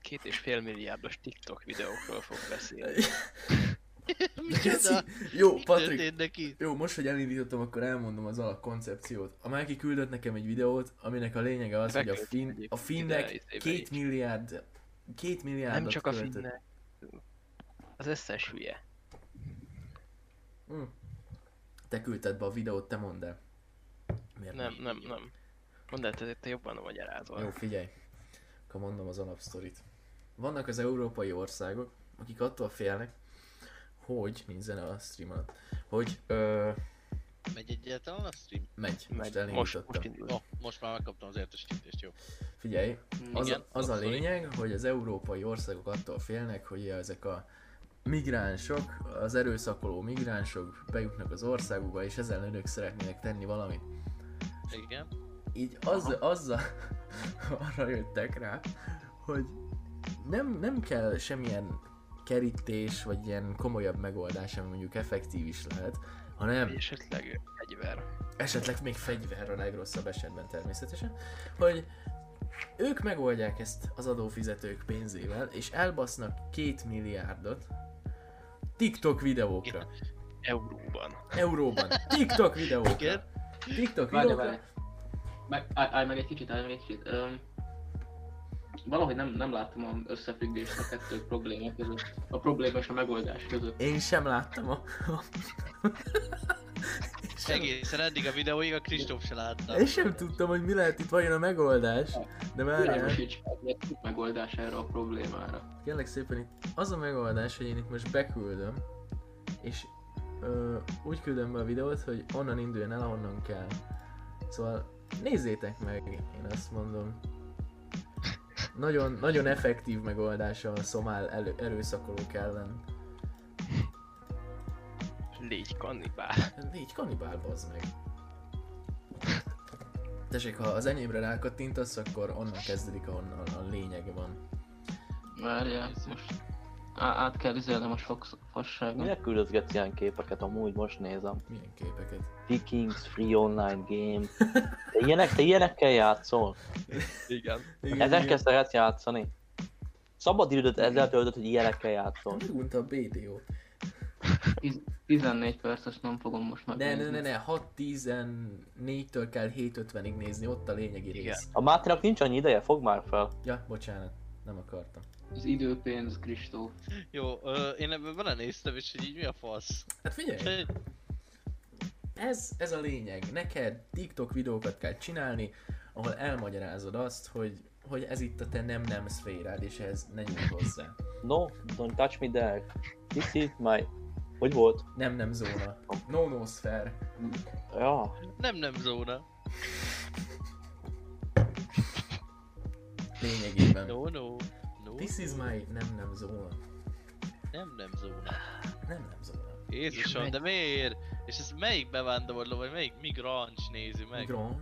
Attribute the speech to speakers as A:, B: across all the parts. A: két és fél milliárdos TikTok videókról fog beszélni.
B: Geci.
A: Micsoda?
B: Jó,
A: Mi
B: Patrik,
A: történt neki?
B: jó, most, hogy elindítottam, akkor elmondom az alapkoncepciót. A Márki küldött nekem egy videót, aminek a lényege az, hogy a,
A: Beküldtem
B: fin, a
A: egyébként ide,
B: finnek
A: izébe
B: két
A: is.
B: milliárd, két milliárdot
A: Nem csak a
B: költött.
A: finnek. Az összes hülye.
B: Hm. Te küldted be a videót, te mondd el. Miért
A: Nem, nem, nem. Mondd el, te, te jobban a magyarázol.
B: Jó, figyelj. Akkor mondom az alapsztorit. Vannak az európai országok, akik attól félnek, hogy, nincs zene a stream alatt, hogy ö,
C: Megy egyáltalán a stream?
B: megy, most
A: Megy. most,
B: elindítottam.
A: most indul.
C: No, most már megkaptam az értesítést, jó.
B: Figyelj, az,
C: Igen,
B: a, az a
C: sorry.
B: lényeg, hogy az európai országok attól félnek, hogy ezek a migránsok, az erőszakoló migránsok bejutnak az országukba, és ezen önök szeretnének tenni valamit.
C: Igen.
B: így azzal, azzal arra jöttek rá, hogy nem, nem kell semmilyen kerítés, vagy ilyen komolyabb megoldás, ami mondjuk effektív is lehet, hanem
A: És esetleg egyver.
B: esetleg még fegyver a legrosszabb esetben természetesen, hogy ők megoldják ezt az adófizetők pénzével, és elbasznak két milliárdot TikTok videókra.
A: Euróban.
B: Euróban. TikTok videókra.
C: Igen.
B: TikTok
D: Várj,
B: videókra.
D: várj. Meg, állj, állj meg egy kicsit, állj meg egy kicsit. Öm, valahogy nem, nem láttam az összefüggést a kettő probléma között. A probléma és a megoldás között.
B: Én sem láttam a, a
C: Egészen eddig a videóig a Kristóf se látta.
B: Én sem tudtam, hogy mi lehet itt vajon a megoldás, de már
D: Világosíts meg, mi a megoldás erre a problémára.
B: kérlek szépen itt az a megoldás, hogy én itt most beküldöm, és ö, úgy küldöm be a videót, hogy onnan induljon el, ahonnan kell. Szóval nézzétek meg, én azt mondom. Nagyon, nagyon effektív megoldása a szomál elő, erőszakolók ellen.
A: Légy kannibál.
B: Négy kanibál, bazd meg. Tessék, ha az enyémre rákattintasz, akkor onnan kezdődik, ahonnan a lényeg van.
D: Várjál, most á, át kell izelnem a sok fasságon.
E: Minek küldözgetsz ilyen képeket? Amúgy most nézem.
B: Milyen képeket?
E: Vikings, Free Online Game. Te, ilyenek, te ilyenekkel játszol?
A: Igen.
E: Ezekkel szeretsz játszani? Szabad időt ezzel töltött, hogy ilyenekkel játszol.
B: Megunta a BDO-t.
D: 14 perces nem fogom most meg.
B: Ne, ne, ne, ne, 6-14-től kell 7-50-ig nézni, ott a lényegi
A: Igen.
B: rész.
E: A Máténak nincs annyi ideje, fogd már fel.
B: Ja, bocsánat, nem akartam.
D: Az időpénz, Kristóf.
C: Jó, ö, én ebben belenéztem, és hogy így mi a fasz?
B: Hát figyelj, ez, ez a lényeg. Neked TikTok videókat kell csinálni, ahol elmagyarázod azt, hogy, hogy ez itt a te nem-nem szférád, és ez ne nyújt hozzá.
E: No, don't touch me there. This is my... Hogy volt?
B: Nem-nem zóna. No-no szfér.
E: Ja,
C: Nem, nem zóna.
B: Lényegében.
C: No, no. No,
B: This is my nem-nem zóna.
C: nem, nem zóna.
B: Nem-nem zóna.
C: Jézusom,
A: És
C: de miért? És ez melyik bevándorló, vagy melyik migráns nézi meg?
B: Grand.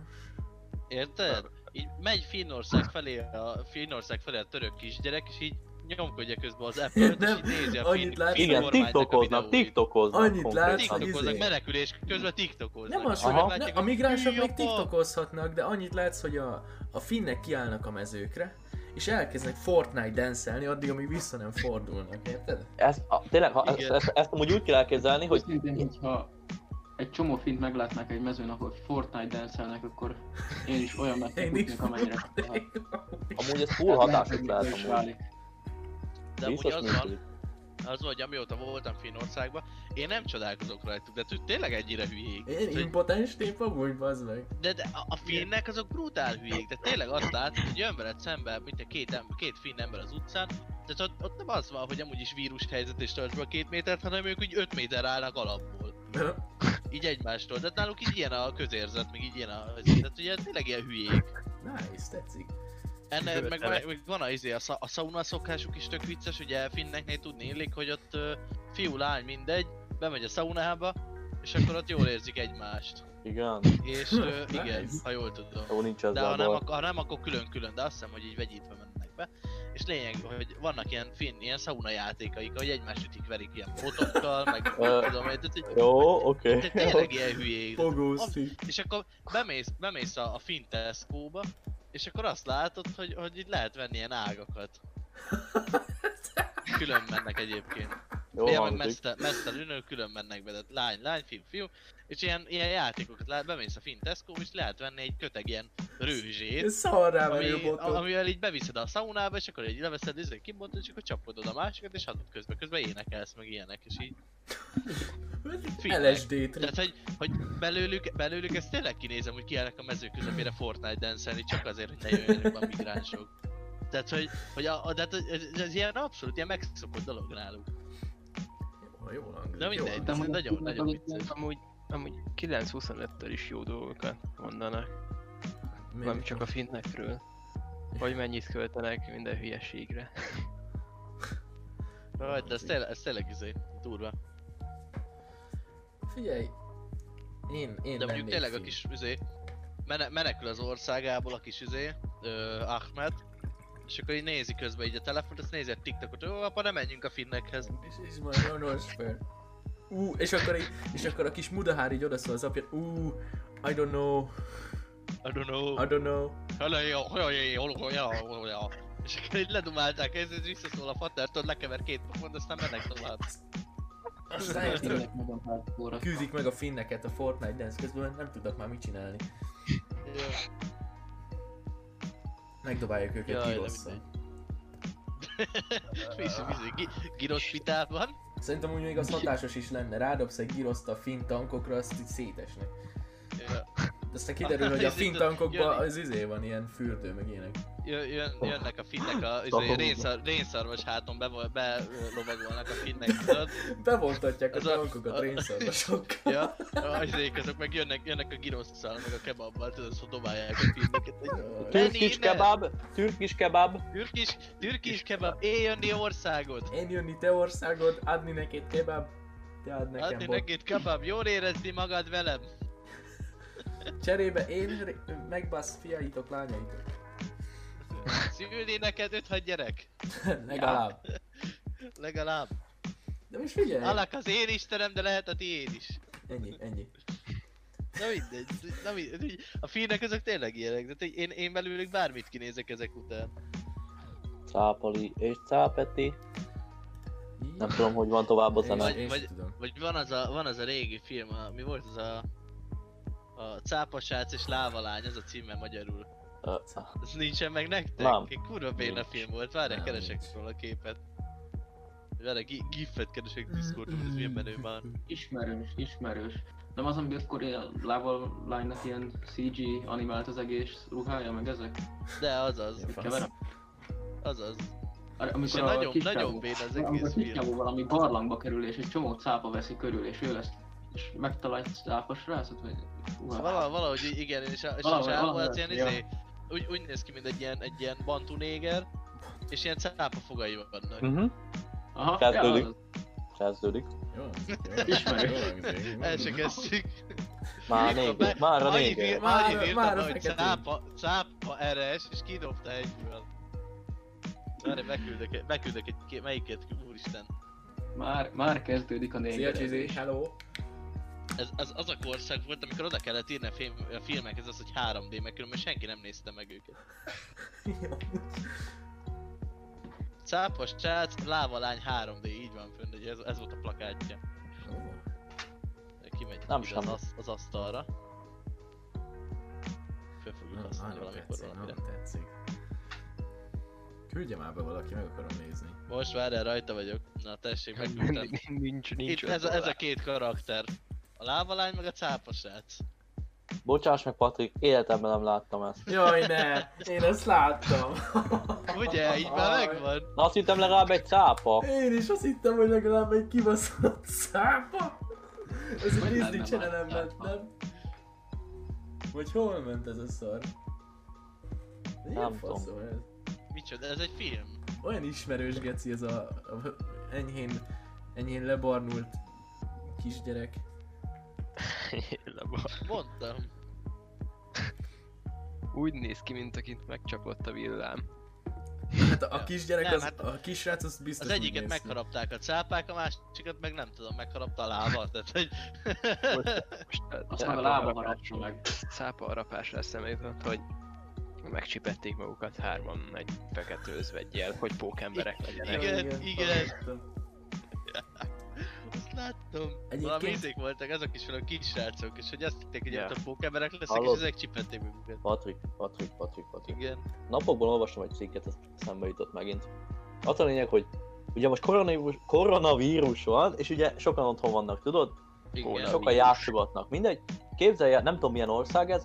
C: Érted? Így megy Finnország felé a, Finnország felé a török kisgyerek, és így nyomkodja közben az apple és
B: Nem,
C: így nézi a
B: annyit
C: finn,
B: látsz-
C: finn
E: igen,
C: kormánynak a
E: tiktokoznak,
C: videóit.
E: tiktokoznak
B: Annyit
E: konkrétan.
B: látsz, hogy-
C: Tiktokoznak,
B: izé.
C: menekülés közben tiktokoznak.
B: Nem az,
C: Aha.
B: hogy ne,
C: Látják,
B: a migránsok
C: hű,
B: még
C: apa.
B: tiktokozhatnak, de annyit látsz, hogy a, a finnek kiállnak a mezőkre, és elkezdenek Fortnite denszelni addig, amíg vissza nem fordulnak, érted?
E: Ezt, a, tényleg, ha, ezt,
C: Igen.
E: ezt, ezt, amúgy úgy kell elképzelni, hogy
D: Őszintén, hogyha egy csomó fint meglátnák egy mezőn, ahol Fortnite denszelnek, akkor én is olyan messze
B: Én is
D: futnék, amennyire lehet.
E: amúgy ez full
D: Lehet, hogy
E: hatásos
D: miből
E: lehet
D: is
E: amúgy.
D: válik.
C: De amúgy
E: Biztos
C: az van,
E: működik.
C: az van, hogy amióta voltam Finnországban, én nem csodálkozok rajtuk, de tő- tényleg ennyire hülyék.
B: Én
C: Tehát, hogy-
B: impotens tép amúgy, bazd meg.
C: De, de a- a finnek azok brutál hülyék, de tényleg azt látod, hogy jön veled szembe, mint a két, ember, két finn ember az utcán, tehát ott, ott nem az van, hogy amúgy is vírus helyzet és tarts be a két métert, hanem ők úgy öt méterre állnak alapból. Így egymástól, de náluk így ilyen a közérzet, meg így ilyen a... Tehát ugye tényleg ilyen hülyék.
B: Nice, tetszik.
C: Ennek meg,
A: Követelek.
C: meg, meg van a, izé, a, sza, a szauna szokásuk is tök vicces, ugye finneknél tudni illik, hogy ott ö, fiú, lány, mindegy, bemegy a szaunába, és akkor ott jól érzik egymást.
E: Igen,
C: És ö,
B: Nice.
C: igen, ha jól tudom.
E: jó nincs
C: De ha
E: ezzel
C: nem,
E: baj.
C: ak- ha nem, akkor külön-külön, de azt hiszem, hogy így vegyítve mennek be. És lényeg, hogy vannak ilyen finn, ilyen szauna játékaik, hogy egymást ütik, verik ilyen fotokkal, meg nem tudom, én, tehát, hogy
E: Jó, oké.
C: tehát tényleg ilyen hülyék.
B: Fogószik.
C: És akkor bemész, bemész a, a finn Tesco-ba, és akkor azt látod, hogy, hogy így lehet venni ilyen ágakat. Külön mennek egyébként.
E: Jó
C: Ilyen meg
E: hangzik.
C: messze, messze lőnök, külön mennek be, tehát lány, lány, fiú, fiú. És ilyen, ilyen játékokat lát, bemész a finn Tesco, és lehet venni egy köteg ilyen rőzsét.
B: Szarrá menő
C: Ami,
B: botot.
C: amivel így beviszed a szaunába, és akkor így leveszed izé, kibontod, és akkor csapkodod a másikat, és adod közben, közben énekelsz, meg ilyenek, és így. Figyelj.
B: LSD trip.
C: Tehát, hogy, hogy belőlük, belőlük ezt tényleg kinézem, hogy kiállnak a mező közepére Fortnite denszelni, csak azért, hogy ne jöjjenek be a migránsok. Tehát, hogy, hogy a, a, tehát ez, ez, ez, ilyen abszolút ilyen megszokott dolog náluk.
B: Jó, Jó hangzik.
C: De
B: jó
C: mindegy,
B: hangzik.
C: ez nagyon, nagyon vicces.
A: Amúgy, amúgy 9-25-től is jó dolgokat mondanak. Nem
B: Miért?
A: csak a finnekről. Hogy mennyit költenek minden hülyeségre.
C: Vagy, de ez tényleg, ez tényleg izé, durva.
B: Figyelj. Én, én
C: De mondjuk
B: lennék
C: tényleg a
B: finn.
C: kis izé, mene, menekül az országából a kis izé, ö, Ahmed, és akkor így nézi közben így a telefont, azt nézi a TikTokot, ó, apa, ne menjünk a finnekhez.
B: És, és majd a North Fair. Ú, és akkor, így, és akkor a kis mudahár így odaszól az apja, ú, I don't know,
C: I don't know.
B: I don't know.
C: Halajja, halajja, halajja, halajja. És akkor így ledumálták, ez, ez visszaszól a fatertől, lekever két pofont, aztán mennek tovább.
B: Aztán így
D: Tényleg nagyon hardcore.
B: küldik meg a finneket a Fortnite dance közben, mert nem tudnak már mit csinálni. Megdobálják őket
C: Jaj, de
B: gyrosszal.
C: Viszi, viszi, gi- giros pitában.
B: Szerintem úgy még az hatásos is lenne, rádobsz egy giroszt a finn tankokra, azt így szétesnek. De aztán kiderül, hogy a
C: Ez
B: finn
C: itt a-
B: tankokban
C: jön-
B: az izé van, ilyen fürdő, meg ilyenek.
C: Jön, jön, jönnek a finnek a izé,
E: Takarúba.
C: rénszar, rénszarvas háton be, belovagolnak a finnek, tudod?
B: Bevontatják a
C: Ez a-
B: tankokat
C: a-
B: rénszarvasok.
C: Ja, az izék azok meg jönnek, jönnek a girosszal, meg a kebabbal, tudod, szóval dobálják a finneket.
E: Türk
C: Lenni,
E: kis
C: ne!
E: kebab, türk kis kebab.
C: Türkis, türkis kebab, éljönni országot!
B: Én jönni te országod, adni neked kebab, te ad nekem
C: Adni
B: bot.
C: Hát, neked kebab, jól érezni magad velem!
B: Cserébe én ré- megbasz fiaitok, lányaitok.
C: Szülni neked 5 gyerek?
B: Legalább.
C: Legalább.
B: De most figyelj!
C: Alak az én istenem, de lehet a tiéd is.
B: Ennyi, ennyi.
C: Na mindegy, na mindegy. A fínek ezek tényleg ilyenek, de én, én belőlük bármit kinézek ezek után.
E: Cápoli és cápeti.
B: Így.
E: Nem tudom, hogy van tovább a
B: Én-
E: zene.
B: én sem
C: Vagy-
B: tudom.
C: Vagy van az a, van az a régi film, a, mi volt az a... A cápasác és lávalány, az a címe magyarul.
E: Ö,
C: Ez nincsen meg nektek?
E: Nem.
C: Egy kurva béna
E: Nincs.
C: film volt, várjál,
B: Nem,
C: keresek
B: nincs.
C: róla a képet. Várjál, gi- gifet keresek Discordon, hogy ez milyen menő már.
D: Ismerős, ismerős. Nem az, ami akkor ilyen Lava Line-nak ilyen CG animált az egész ruhája, meg ezek?
C: De azaz,
B: Fasz.
D: Keverem?
C: azaz.
D: Ar-
C: És
D: Amikor a
C: nagyon,
D: kiscsávó-
C: nagyon béna az
D: amikor
C: egész
D: a
C: film.
D: kiscsávó valami barlangba kerül, és egy csomó cápa veszi körül, és ő ezt és megtalálja egy cápa srácot, vagy... hát. Uha.
C: Valahogy, valahogy i- igen, és a, és a
D: Valahogy,
C: csávó
D: valahogy,
C: az ilyen
D: ja.
C: izé, úgy, úgy néz ki, mint egy ilyen, egy ilyen bantu néger, és ilyen cápa fogai vannak.
E: Mhm.
D: Aha,
E: Kezdődik.
D: ja, az-
E: Kezdődik.
B: Jó hangzik, jó hangzik,
D: Ismerős.
B: jó hangzik.
C: El se kezdtük.
E: Már
C: Mikor
E: négy,
C: be-
E: már a
C: Annyit,
E: négy.
C: ír,
B: Már-
C: annyit
B: már
C: írtam,
B: a
C: hogy
B: feketén.
C: cápa, cápa eres, és kidobta egyből. Várj, beküldök, egy- beküldök egy kép, melyiket, úristen.
D: Már, már kezdődik a
B: Szia Csizi,
D: négerezés.
B: hello!
C: Ez, az, az a korszak volt, amikor oda kellett írni a, film, a filmekhez az, hogy 3D, mert különben senki nem nézte meg őket. Cápa, srác, lávalány 3D, így van fönn, ugye ez, ez volt a plakátja. Kimegy
E: Nem
C: nem az,
E: semmi.
C: asz- az asztalra. Föl fogjuk
B: Na,
C: használni
B: Nagyon
C: valamikor
B: tetszik,
C: valamire.
B: nagyon tetszik. Küldje már be valaki, meg akarom nézni.
C: Most várjál, rajta vagyok. Na tessék, megküldtem.
A: nincs, nincs, nincs
C: Itt
A: öt
C: ez a, ez a
A: dollár.
C: két karakter. A lávalány meg a cápa srác.
E: Bocsáss meg Patrik, életemben nem láttam ezt.
B: Jaj ne, én ezt láttam.
C: Ugye, így már
B: Aj.
C: megvan.
E: Na azt hittem legalább egy cápa.
B: Én is azt hittem, hogy legalább egy kibaszott szápa. Ez a
D: Hogy
B: Disney
D: lenne
B: channel
D: már
B: ment,
D: cápa?
B: nem? Vagy hol ment ez a szar?
E: Nem
B: Milyen faszom ez?
C: Micsoda, ez egy film.
B: Olyan ismerős geci ez a, a enyhén, enyhén lebarnult kisgyerek.
A: Lebar.
C: Mondtam.
A: Úgy néz ki, mint akit megcsapott a villám.
B: Hát a, a kisgyerek,
C: Nem,
B: az,
C: hát
B: a kisrác az biztos
C: Az
B: úgy
C: egyiket
B: néz ki.
C: megharapták a cápák, a másikat meg nem tudom, megharapta a lába. Tehát, hogy...
A: Most eh, a
D: Azt meg a lába harapja meg.
A: szápa harapás lesz szemét, hogy megcsipették magukat hárman egy fekete özvegyel, hogy pókemberek legyenek.
C: Igen, igen.
B: hallottam.
C: Azt láttam.
B: Egyébként-
C: Valami izék voltak, azok is valami kisrácok, és hogy azt hitték, hogy
A: Ja.
C: yeah. a pókemberek lesznek,
E: Hallod?
C: és ezek csipették őket.
E: Patrik, Patrik, Patrik, Patrik.
C: Igen.
E: Napokban olvastam egy cikket, ez szembe jutott megint. Az a lényeg, hogy ugye most koronavírus, koronavírus van, és ugye sokan otthon vannak, tudod?
C: Igen.
A: Volna.
C: Sok...
E: Sokan játszogatnak, mindegy. Képzelj el, nem tudom milyen ország ez,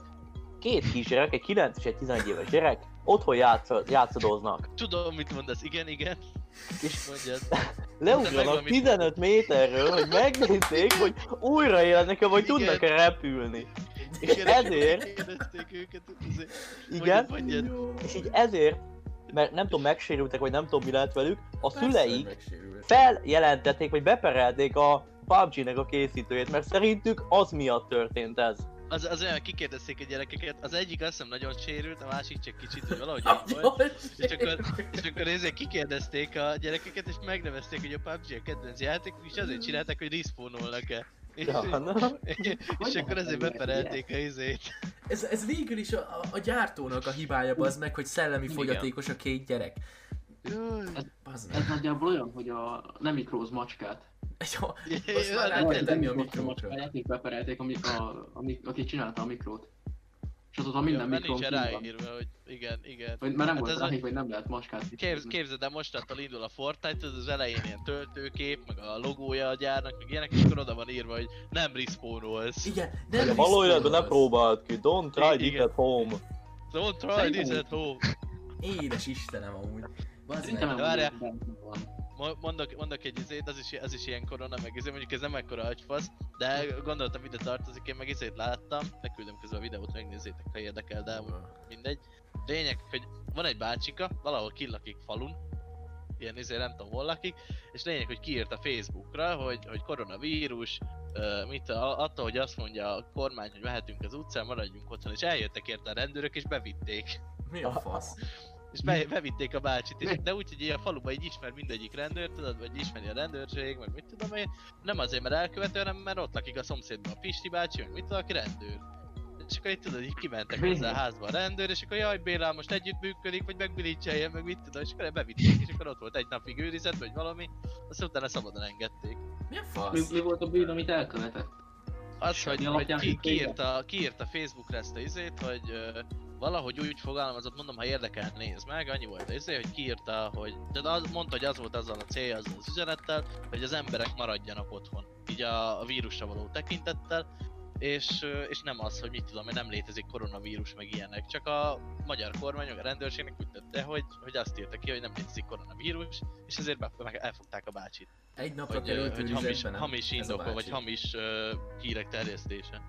E: két kisgyerek, egy 9 és egy 11 éves gyerek, otthon játsz, játszadoznak.
C: Tudom, mit mondasz. Igen, igen.
E: És
C: Mondjad.
E: leugranak 15 méterről, hogy megnézzék, hogy újra élnek-e, vagy
C: Igen.
E: tudnak-e repülni. És
C: Igen,
E: ezért,
C: Kérdezték őket. azért.
E: igen,
C: Mondjad, mondjad.
B: Jó.
E: és így ezért, mert nem tudom, megsérültek, vagy nem tudom, mi lehet velük, a
B: Persze, hogy
E: szüleik
B: megsérült.
E: feljelentették, vagy beperelték a PUBG-nek a készítőjét, mert szerintük az miatt történt ez.
C: Az, az olyan, kikérdezték a gyerekeket, az egyik azt hiszem nagyon sérült, a másik csak kicsit, hogy valahogy ott volt.
B: Nagyon
C: És akkor,
B: sérült.
C: és akkor ezért kikérdezték a gyerekeket, és megnevezték, hogy a PUBG a kedvenc játék, és azért csinálták, hogy respawnolnak el. És,
E: Ja, na.
C: és akkor ezért
D: lehet
C: beperelték a izét.
B: Ez, ez végül is a, a, a gyártónak a hibája az meg, hogy szellemi
A: Igen.
B: fogyatékos a két gyerek. Bazd meg.
D: Ez nagyjából olyan, hogy a nem mikróz macskát.
B: Jó,
C: Jaj,
B: Azt már
C: jaj,
B: nem
C: jaj.
B: kell tenni a
D: mikróz
B: mikrókra.
D: Macskáját még beperelték, a, mik- a, a, mik- aki csinálta a mikrót. És azóta minden
C: Már
D: mikrón
C: nincsen
D: kint van.
C: ráírva, hogy igen, igen.
D: Vagy már nem
C: Hát
D: volt
C: ez
D: ráhív,
C: a-
D: hogy nem lehet macskát
C: Képz,
D: mikrózni.
C: képzeld el, mostantól indul a Fortnite, tudod, az elején ilyen töltőkép, meg a logója a gyárnak, meg ilyenek, és akkor oda van írva, hogy nem respawnolsz.
B: Igen,
E: Hogy
B: nem
E: a való életben ne
B: riszkolhatsz.
E: próbáld ki, don't try
C: Igen.
E: it at home.
C: Don't try this at home.
B: Édes Istenem amúgy. Bazd
D: Szerintem
B: meg.
D: nem
C: Várjál.
D: volt, bent van.
C: Mo- Mondok, mondok egy izét, az is, az is ilyen korona, meg izé, mondjuk ez nem ekkora agyfasz, de gondoltam ide tartozik, én meg izét láttam, leküldöm közben a videót, megnézzétek, ha érdekel, de amúgy mindegy. Lényeg, hogy van egy bácsika, valahol kilakik falun, ilyen izé nem tudom hol lakik, és lényeg, hogy kiírt a Facebookra, hogy, hogy koronavírus, ö, mit a, attól, hogy azt mondja a kormány, hogy mehetünk az utcán, maradjunk otthon, és eljöttek érte a rendőrök, és bevitték.
B: Mi a fasz?
C: És be, bevitték a bácsit, és, de úgy, hogy így a faluban így ismer mindegyik rendőr, tudod, vagy ismeri a rendőrség, meg mit tudom én. Nem azért, mert elkövető, hanem mert ott lakik a szomszédban a Pisti bácsi, meg mit tudom, aki rendőr. És akkor itt tudod, így kimentek hozzá a házba a rendőr, és akkor jaj, Bélám most együtt működik, vagy megbilítseljen, meg mit tudom, és akkor bevitték, és akkor ott volt egy napig őrizet, vagy valami, aztán utána szabadon engedték.
B: Mi a
D: Mi,
B: fasz?
D: mi volt a bűn, amit elkövetett?
C: Az,
D: Semmi
C: hogy, hogy
D: alapján
C: ki,
D: nem
C: kiírta, kiírta Facebookra ezt a izét, hogy ö, valahogy úgy fogalmazott, mondom, ha érdekel, nézd meg, annyi volt az izé, hogy kiírta, hogy de az, mondta, hogy az volt azzal a célja azzal az üzenettel, hogy az emberek maradjanak otthon, így a, a vírusra való tekintettel, és, ö, és nem az, hogy mit tudom, én, nem létezik koronavírus meg ilyenek, csak a magyar kormány, meg a rendőrségnek úgy tette, hogy, hogy azt írta ki, hogy nem létezik koronavírus, és ezért be, meg elfogták a bácsit.
B: Egy napra
C: Hogy, ö,
B: került
C: hogy hamis,
B: őrizetbe, nem? Ez
C: hamis
B: a
C: indokol, vagy
B: bácsi.
C: hamis ö, hírek terjesztése.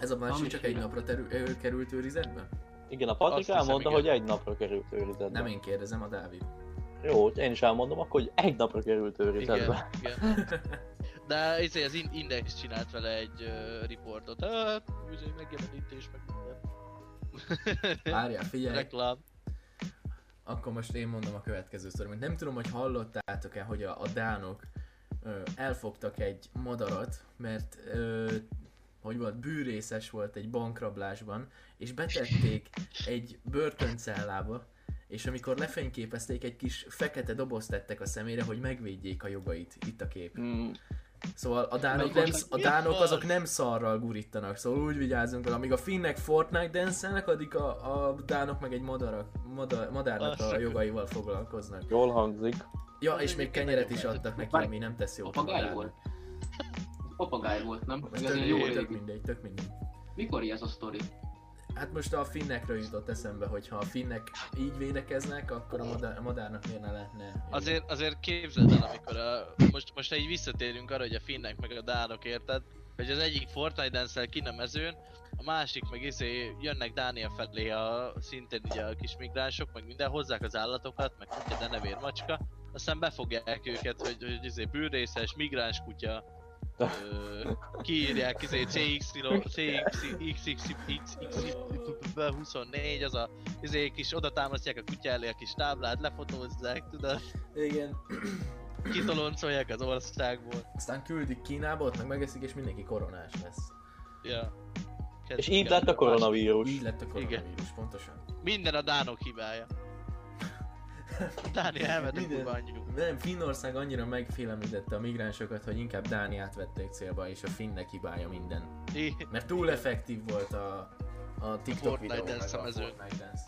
B: Ez a bácsi
D: Hamis
B: csak egy
D: hírek.
B: napra terül- ö, került őrizetbe?
E: Igen, a Patrik
C: Azt hiszem,
E: elmondta,
C: igen.
E: hogy egy napra került őrizetbe.
B: Nem én kérdezem, a Dávid.
E: Jó, én is elmondom akkor, hogy egy napra került őrizetbe.
C: Igen, igen. De izé, az In- Index csinált vele egy uh, riportot. Hát, izé, megjelenítés, meg minden.
B: Várjál, figyelj.
C: Reklám.
B: Akkor most én mondom a következő sztorit. Nem tudom, hogy hallottátok-e, hogy a, a dánok ö, elfogtak egy madarat, mert ö, hogy volt, bűrészes volt egy bankrablásban, és betették egy börtöncellába, és amikor lefényképezték, egy kis fekete dobozt tettek a szemére, hogy megvédjék a jogait. Itt a kép.
E: Mm,
B: Szóval a dánok,
D: Melyik
B: nem,
D: ország?
B: a
C: Mi
B: dánok
C: az?
B: azok nem szarral gurítanak, szóval úgy vigyázzunk vele. Amíg a finnek Fortnite denszelnek, addig a, a dánok meg egy madarak, madar, madárnak a
C: Basszus.
B: jogaival foglalkoznak.
E: jól hangzik.
B: Ja,
C: Az
B: és még
C: egyébként
B: kenyeret
C: nagyon
B: is
C: jó.
B: adtak neki,
D: Várj,
B: ami nem tesz jót a
D: papagáj
B: madárnak.
D: volt. Papagáj volt, nem?
B: Most
D: Igen,
B: tök,
D: ilyen
B: jó,
D: jó
B: tök
D: régi.
B: mindegy, tök mindegy.
D: Mikor ez a sztori?
B: Hát most a finnekről jutott eszembe, hogy ha a finnek így védekeznek, akkor a, madár, a madárnak miért ne lehetne.
C: Azért, azért képzeld el, amikor a, most, most így visszatérünk arra, hogy a finnek meg a dánok érted, hogy az egyik Fortnite dance kin a mezőn, a másik meg izé jönnek Dánia felé a szintén ugye a kis migránsok, meg minden, hozzák az állatokat, meg kutya, denevér, macska, aztán befogják őket, hogy, hogy izé bűrészes, migráns kutya, ö, kiírják izé CXY, CXXXX24, az a izé kis oda támasztják a kutya elé a kis táblát, lefotózzák, tudod,
B: Igen.
C: kitoloncolják az országból.
B: Aztán küldik Kínába, ott meg megeszik, és mindenki koronás lesz.
C: Ja. Kedves
E: És így lett a
C: kedves.
E: koronavírus.
B: Így lett a koronavírus, pontosan.
C: Minden a dánok hibája. Dáni elment a
B: Minden.
C: kurva anyjuk.
B: Nem, Finnország annyira megfélemlítette a migránsokat, hogy inkább Dániát vették célba, és a finnek hibája minden.
C: I-
B: Mert túl effektív volt a, a TikTok
C: Fortnite
B: videó, meg
C: dance
B: a
C: mezőn.
B: Fortnite dance.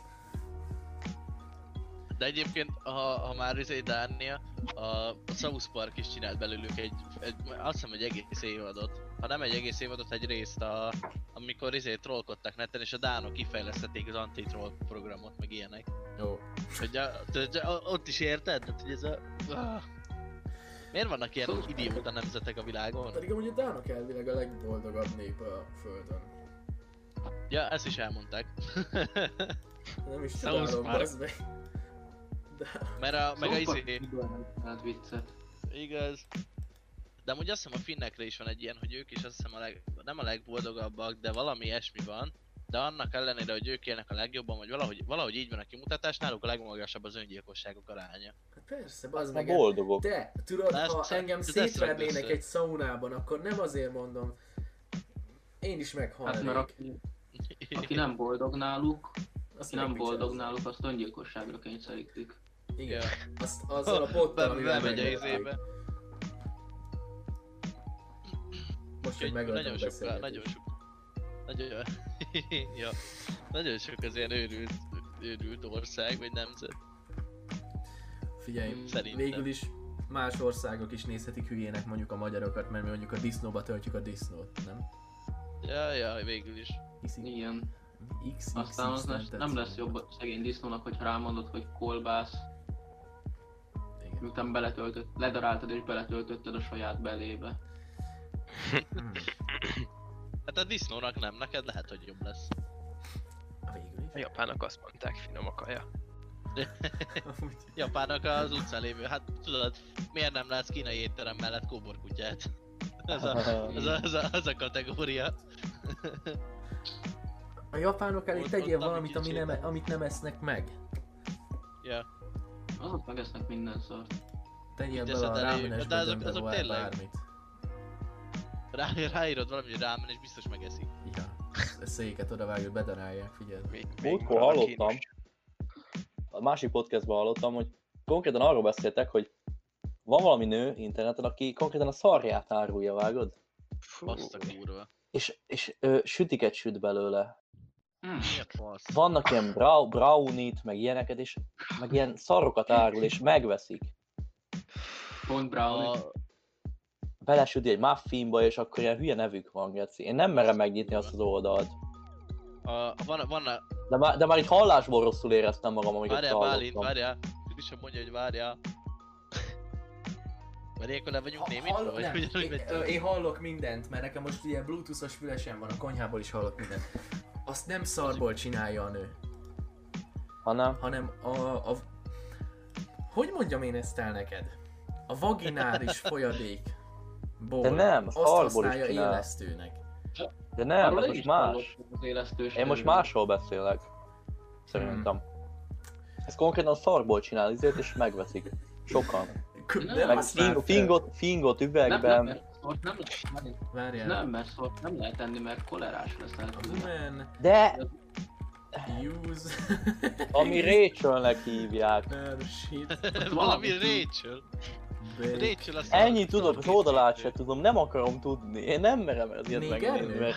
C: De egyébként, ha, ha már izé Dánia, a, a South Park is csinált belőlük egy, egy, azt hiszem egy egész évadot. Ha nem egy egész évadot, egy részt, a, amikor izé trollkodtak neten, és a dánok kifejlesztették az anti-troll programot, meg ilyenek.
B: Jó,
C: Hogy a, tudod, a- ott is érted? Tehát, hogy ez a... Ah. Miért vannak ilyen
D: South Park.
C: idióta nemzetek a világon?
B: Hát Pedig amúgy a dánok elvileg a legboldogabb nép a földön.
C: Ja, ezt is elmondták.
B: Nem is
C: South
B: csodálom,
C: Park.
B: az meg. De...
C: Mert a, meg a
D: Szóval
C: izé...
D: Igor csinált viccet.
C: Igaz. De amúgy azt hiszem a finnekre is van egy ilyen, hogy ők is azt hiszem a leg, nem a legboldogabbak, de valami ilyesmi van. De annak ellenére, hogy ők élnek a legjobban, vagy valahogy, valahogy így van a kimutatás, náluk a legmagasabb az öngyilkosságok aránya.
B: Hát persze, bazd
E: A
B: meg.
E: boldogok.
B: Te, tudod,
C: Lásd,
B: ha
C: szem-
B: engem
C: ez
B: szétvernének
C: eszembe
B: egy szaunában, akkor nem azért mondom. Én is
D: Hát
B: meghalnék.
D: mert aki, aki nem boldog náluk,
B: Azt
D: aki nem boldog
B: megpicsázzák.
D: náluk, azt öngyilkosságra kényszerítik.
B: Igen. Azt, azzal a bottal,
C: Be-
B: amivel
C: bemegy a
B: megölték.
C: izébe.
B: Most, hogy
C: Úgyhogy
B: megoldom
C: nagyon sok, nagyon sok, nagyon, ja, nagyon sok az ilyen őrült, őrült ország, vagy nemzet.
B: Figyelj,
D: Mm,
C: szerintem.
B: végül is más országok is nézhetik hülyének mondjuk a magyarokat, mert mi mondjuk a disznóba töltjük a disznót, nem?
C: Ja, ja, végül is.
B: Iszik.
D: Ilyen.
B: X, X,
D: Aztán az
B: X,
D: lesz, nem
B: tetszik.
D: lesz jobb a szegény disznónak, hogyha rámondod, hogy kolbász,
B: Igen.
D: miután beletöltött, ledaráltad és beletöltötted a saját belébe.
B: Hmm.
C: Hát a disznónak nem, neked lehet, hogy jobb lesz.
B: A végül
A: A
B: is.
A: japánok azt mondták, finom a kaja.
B: Amúgy.
C: Japánok az utcán lévő, hát tudod, miért nem látsz kínai étterem mellett kóborkutyát? Ez a, ez a, ez a, ez a kategória.
B: A japánok elé
C: Ott-
B: tegyél
C: ott, ami
B: valamit, ami nem,
C: kicsit-
B: amit nem esznek meg.
C: Ja.
D: Azok megesznek minden szart.
B: Tegyél
C: Mit
B: bele a
C: teszed elé?
B: rámenes
C: De azok-
B: bödönbe
C: azok
B: vagy
C: tényleg-
B: bármit.
C: Rá, ráírod valami rámen, és biztos megeszik.
B: Ja. A széket odavágjuk, bedarálják, figyeld.
A: Még, még
E: Múltkor
A: marad a
E: hallottam,
A: kínus.
E: a másik podcastban hallottam, hogy konkrétan arról beszéltek, hogy van valami nő interneten, aki konkrétan a szarját árulja, vágod?
A: Fú,
C: Azt a kurva.
E: És, és ö, sütiket süt belőle.
D: Hmm.
C: Mi a fasz?
E: Vannak ilyen brau, brownit, meg ilyeneket, és meg ilyen szarokat árul, és megveszik.
D: Pont Brown.
C: A,
E: Belesüti egy muffinba, és akkor ilyen hülye nevük van, Geci. Én nem merem megnyitni azt az oldalt.
C: a, van, van,
E: De már, de már így hallásból rosszul éreztem magam, amikor ezt
C: várjál Bálint,
E: hallottam.
C: várjál. Krisztián mondja, hogy várjál. Mert ilyenkor le vagyunk némi,
B: Hall-
C: vagy
B: nem,
C: ugyanúgy
B: én,
C: megy
B: ö, én hallok mindent, mert nekem most ilyen bluetoothos fülesem van, a konyhából is hallok mindent. Azt nem szarból csinálja a nő,
E: Hanem,
B: hanem a, a... Hogy mondjam én ezt el neked? A vaginális folyadék.
E: De nem,
B: azt
E: szarból is
B: használja
E: csinál.
B: élesztőnek.
E: de nem,
D: Arról
E: ez
D: én
E: hát most
D: is
E: más.
D: hallottam az élesztős
E: Én most
D: nőről.
E: másról beszélek. Szerintem.
D: Hmm.
E: Ez konkrétan szarból csinál izért, és megveszik. Sokan.
B: K-
D: Nem,
B: nem
E: Meg
B: azt már
E: fing-
B: fel.
E: fingot, fingot
D: Nem, nem,
E: üvegben.
D: mert szart nem lehet tenni.
B: Várjál.
D: Nem, mert szart nem lehet tenni, mert kolerás hát leszel.
B: A woman
E: De,
B: use...
E: ami Rachelnek hívják.
B: Her shit
C: Valami
D: valami-
C: Rachel.
B: back.
C: Rachel azt
E: Ennyit tudok, az oldalát se tudom, nem akarom tudni. Én nem merem ez ilyet
B: Négernő?
E: megnézni, mert...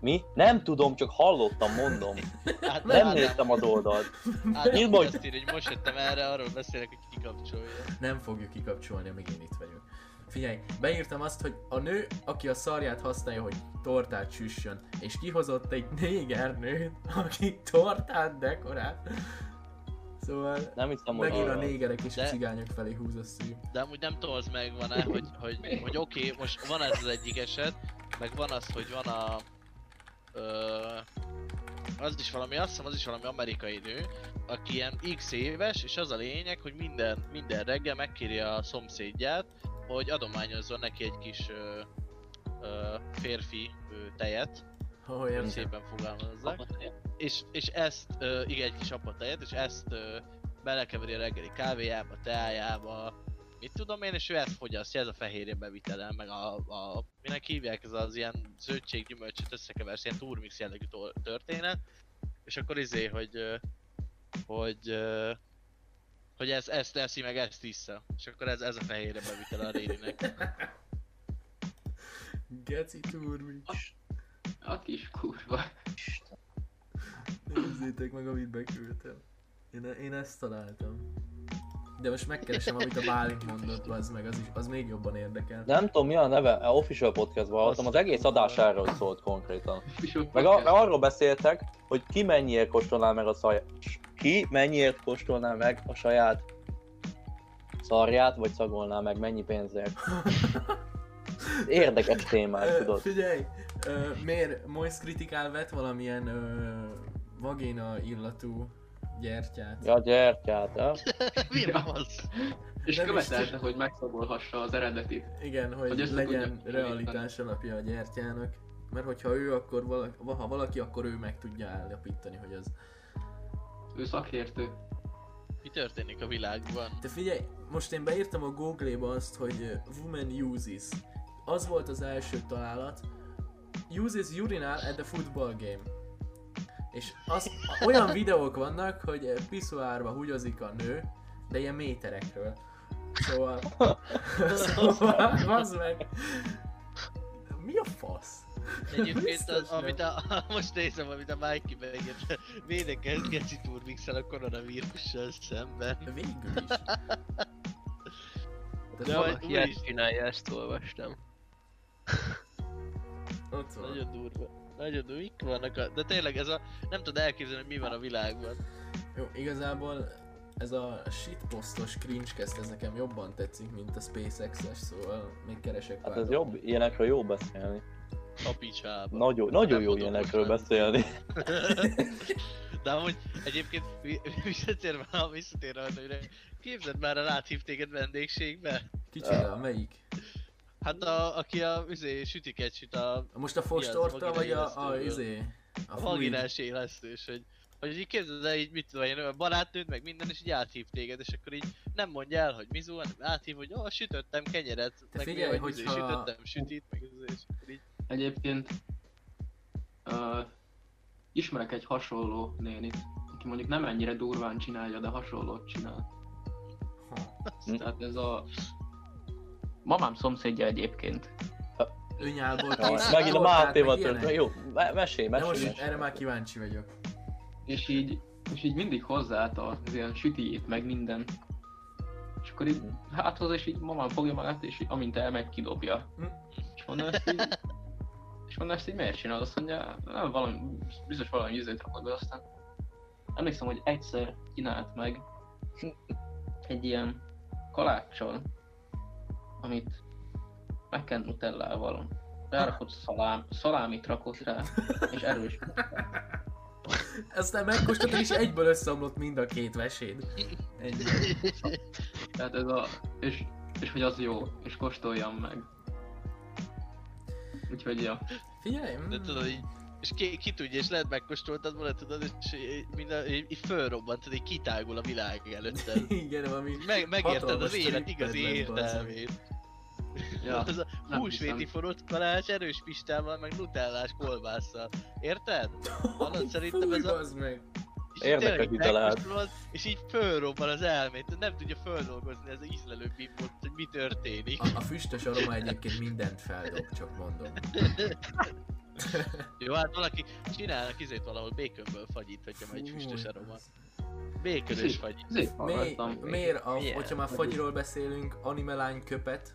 E: Mi? Nem tudom, csak hallottam, mondom.
C: Hát
E: Nem
C: Ádám-
E: néztem az oldalt.
C: Ádám
E: Írd majd.
C: azt írja, hogy most jöttem erre, arról beszélek, hogy kikapcsolja.
B: nem fogjuk kikapcsolni, amíg én itt vagyok. Figyelj, beírtam azt, hogy a nő, aki a szarját használja, hogy tortát süssön, és kihozott egy négernőt, aki tortát dekorál. Szóval
E: Nem hiszem, hogy
B: megint a
E: arra.
B: négerek és a
C: De-
B: cigányok felé húz a szűr.
C: De amúgy nem tudom, az megvan-e, hogy, hogy, hogy oké, okay, most van ez az egyik eset, meg van az, hogy van a... Ö, az is valami, azt hiszem az is valami amerikai nő, aki ilyen x éves, és az a lényeg, hogy minden, minden reggel megkéri a szomszédját, hogy adományozzon neki egy kis ö, ö, férfi ö, tejet,
B: Oh,
C: hogy
B: értem.
C: szépen fogalmazzak és, és ezt, ö, igen, egy kis apatáját, és ezt ö, belekeveri a reggeli kávéjába, teájába, mit tudom én, és ő ezt fogyasztja, ez a fehérje bevitele, meg a, a minek hívják, ez az ilyen zöldség gyümölcsöt összekeversz, ilyen turmix jellegű tol- történet, és akkor izé, hogy, ö, hogy, ö, hogy ez, ezt eszi, meg ezt vissza. És akkor ez, ez a fehérje bevitele a rédinek.
B: Geci turmi.
D: A kis kurva.
B: Nézzétek meg, amit beküldtem. Én, e- én ezt találtam. De most megkeresem, amit a Bálint mondott, az meg, az, is, az még jobban érdekel.
E: Nem tudom mi a neve, a Official Podcastban hallottam, az egész adás erről szólt konkrétan. Meg, a, meg arról beszéltek, hogy ki mennyiért kóstolná meg a szaj... Ki mennyiért kóstolná meg a saját szarját, vagy szagolná meg mennyi pénzért. Érdekes témát,
B: Ö,
E: tudod.
B: Figyelj, ö, miért Moist kritikál vett valamilyen ö, vagéna illatú gyertyát?
E: Ja, gyertyát, eh?
C: Mi az?
D: És
B: Nem is
D: követelte,
B: tudom.
D: hogy megszagolhassa az eredetit.
B: Igen, hogy,
D: Hogy
B: hogy
D: össze
B: legyen
D: tudják
B: realitás alapja a gyertyának. Mert hogyha ő, akkor valaki, ha valaki, akkor ő meg tudja állapítani, hogy az.
D: Ő szakértő.
C: Mi történik a világban?
B: Te figyelj, most én beírtam a Google-ba azt, hogy ö, woman uses. Az volt az első találat. Uses urinal at the football game. És az, olyan videók vannak, hogy ö, piszoárba húgyozik a nő, de ilyen méterekről. Szóval... szóval, bazd meg! Mi a fasz?
C: Egyébként
B: Biztos
C: az,
B: nem.
C: amit a, most nézem, amit a Mikey beírt, védekez Geci Turmixel a koronavírussal szemben.
B: Végül is. De van,
C: De vagy-
A: Valaki ezt csinálja, ezt olvastam.
B: ott van.
C: Nagyon durva. Nagyon durva, mik vannak a... De tényleg ez a... Nem tudod elképzelni, hogy mi van a világban.
B: Jó, igazából ez a shitpostos cringecast ez nekem jobban tetszik, mint a SpaceX-es, szóval még keresek
E: Hát
B: pár
E: ez jobb, ilyenekről jó beszélni.
C: A picsába.
E: Nagyon, nagyon
C: Nem
E: jó
C: tudom,
E: ilyenekről
C: hogy-
E: beszélni.
C: De amúgy egyébként vi- visszatérve, ha visszatérve a nőre, képzeld már el áthív téged vendégségbe?
B: Kicsoda, melyik?
C: Hát a, aki a üzé sütiket süt a,
B: Most a
C: Mi az,
B: fostorta,
C: vaginai
B: vagy a, a,
C: élesztőről?
B: izé?
C: a
B: fluid?
C: vaginás élesztős, hogy hogy így képzeld el, így mit tudom én, a barátnőd, meg minden, és így áthív téged, és akkor így nem mondja el, hogy mizu, hanem áthív, hogy ó, sütöttem kenyeret, meg
B: figyelj,
C: mi, hogy izé,
B: hogyha-
C: sütöttem sütit, meg üzé, és akkor így
D: Egyébként uh, ismerek egy hasonló nénit, aki mondjuk nem ennyire durván csinálja, de hasonlót csinál.
B: Ha,
E: Hm.
D: Tehát ez a... Mamám szomszédja egyébként.
B: Ő nyálból
E: Jaj,
B: készült
E: Megint a
B: tortát, hát meg
E: Mátéval
B: ilyenek.
E: történt. Jó, me- mesélj,
B: De
E: mesélj.
B: most
E: mesélj.
B: erre már kíváncsi vagyok.
D: És így, és így mindig hozzáállt az ilyen sütijét, meg minden. És akkor így háthoz, és így mamám fogja magát, és így, amint elmegy, kidobja.
B: Hm.
D: És mondom ezt így... És mondom ezt így, miért csinálod? Azt mondja, nem, valami, biztos valami ízét rakod be, aztán... Emlékszem, hogy egyszer kínált meg egy ilyen kaláccsal, amit megkent nutellával. Rárakott szalám, szalámit rakott rá, és erős
B: Aztán megkóstoltam, és egyből összeomlott mind a két veséd. Ennyi.
D: Tehát ez a... És, és hogy az jó, és kóstoljam meg. Úgyhogy ja.
B: Figyelj, mm,
C: De tudod így, és ki, ki tudja, és lehet megkóstoltad volna, tudod, és így- minden, így, így fölrobbantod, így kitágul a világ előtted.
B: igen, valami...
C: Meg, megérted
B: Hatalmas
C: az élet
B: trükked
C: igazi
B: lett, bazd meg.
C: értelmét.
B: Hát
D: ja.
C: Az a
D: nem
C: húsvéti
D: hiszem.
C: forrott kalács, erős pistával, meg nutellás kolbásszal. Érted? Hallod, szerintem
B: Fúj,
C: ez a...
B: bazd meg.
C: és így
E: Érdekes
C: tényleg így
E: ide lehet.
C: megkóstolod, És így fölrobban az elmét, nem tudja földolgozni ez az ízlelő bibot, hogy mi történik.
B: A, a füstös aroma egyébként mindent feldob, csak mondom.
C: Jó, hát valaki csinálnak izét valahol békönből fagyit, hogyha majd füstös
B: Fúj,
C: aroma.
B: bazd.
C: Békönös fagyit.
D: Ezért
B: Mi,
D: hallgattam.
B: miért, a,
A: Milyen?
B: hogyha már fagyiról beszélünk, anime lány köpet?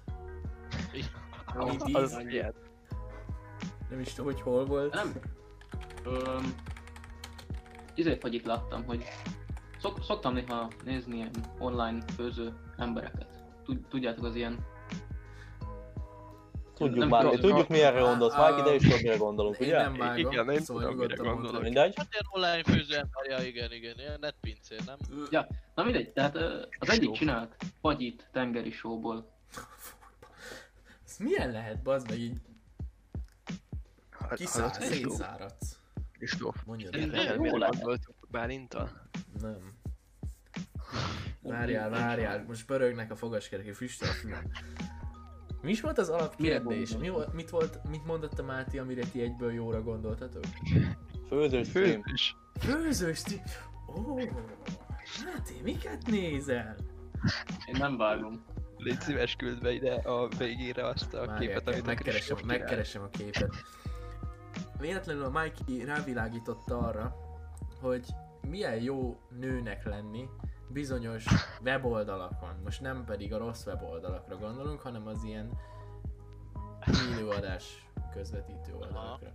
D: Ami
B: Így
A: Az
B: íz-
A: ilyen.
B: Nem is tudom, hogy hol volt.
D: Nem. Öm, ezért vagy itt láttam, hogy szok, szoktam néha nézni ilyen online főző embereket. Tud- Tudjátok az ilyen...
E: Tudjuk
D: Nem
E: már,
D: tudom,
E: tudjuk
D: na-
E: mi erre gondolsz,
B: Á,
E: Mike, ide is tudod mire gondolunk,
B: Én
E: ugye?
B: nem vágom,
A: Igen, én
B: szóval
A: tudom, mire
B: nyugodtan
A: gondolok.
B: mondhatod.
E: Mindegy?
C: Hát ilyen online főző emberja, igen, igen, ilyen netpincér, nem?
D: Ja. Na mindegy, tehát ö, az egyik
A: Só.
D: csinált fagyit tengeri sóból.
B: Ez milyen lehet, bazd meg így kiszáradsz,
A: És Hát, jó.
B: szétszáradsz.
A: És jó.
B: Mondjad el.
A: Tényleg,
D: jó
A: mire
D: lehet.
A: gondoltunk Bálintal?
B: Nem. Várjál, várjál, most pörögnek a fogaskerekek, füstöl a fülem. Mi is volt az alapkérdés? Mi, volt- mit, volt, mit mondott a Máté, amire ti egyből jóra gondoltatok?
E: Főzős stream.
A: Főzős.
B: Főzős ti... Ó, Máté, miket nézel?
D: Én nem vágom.
A: Légy szíves, küld be ide a végére azt a
B: Várjál,
A: képet, amit a
B: megkeresem,
A: Kristóf csinál.
B: megkeresem a képet. Véletlenül a Mikey rávilágított arra, hogy milyen jó nőnek lenni bizonyos weboldalakon. Most nem pedig a rossz weboldalakra gondolunk, hanem az ilyen élőadás közvetítő oldalakra.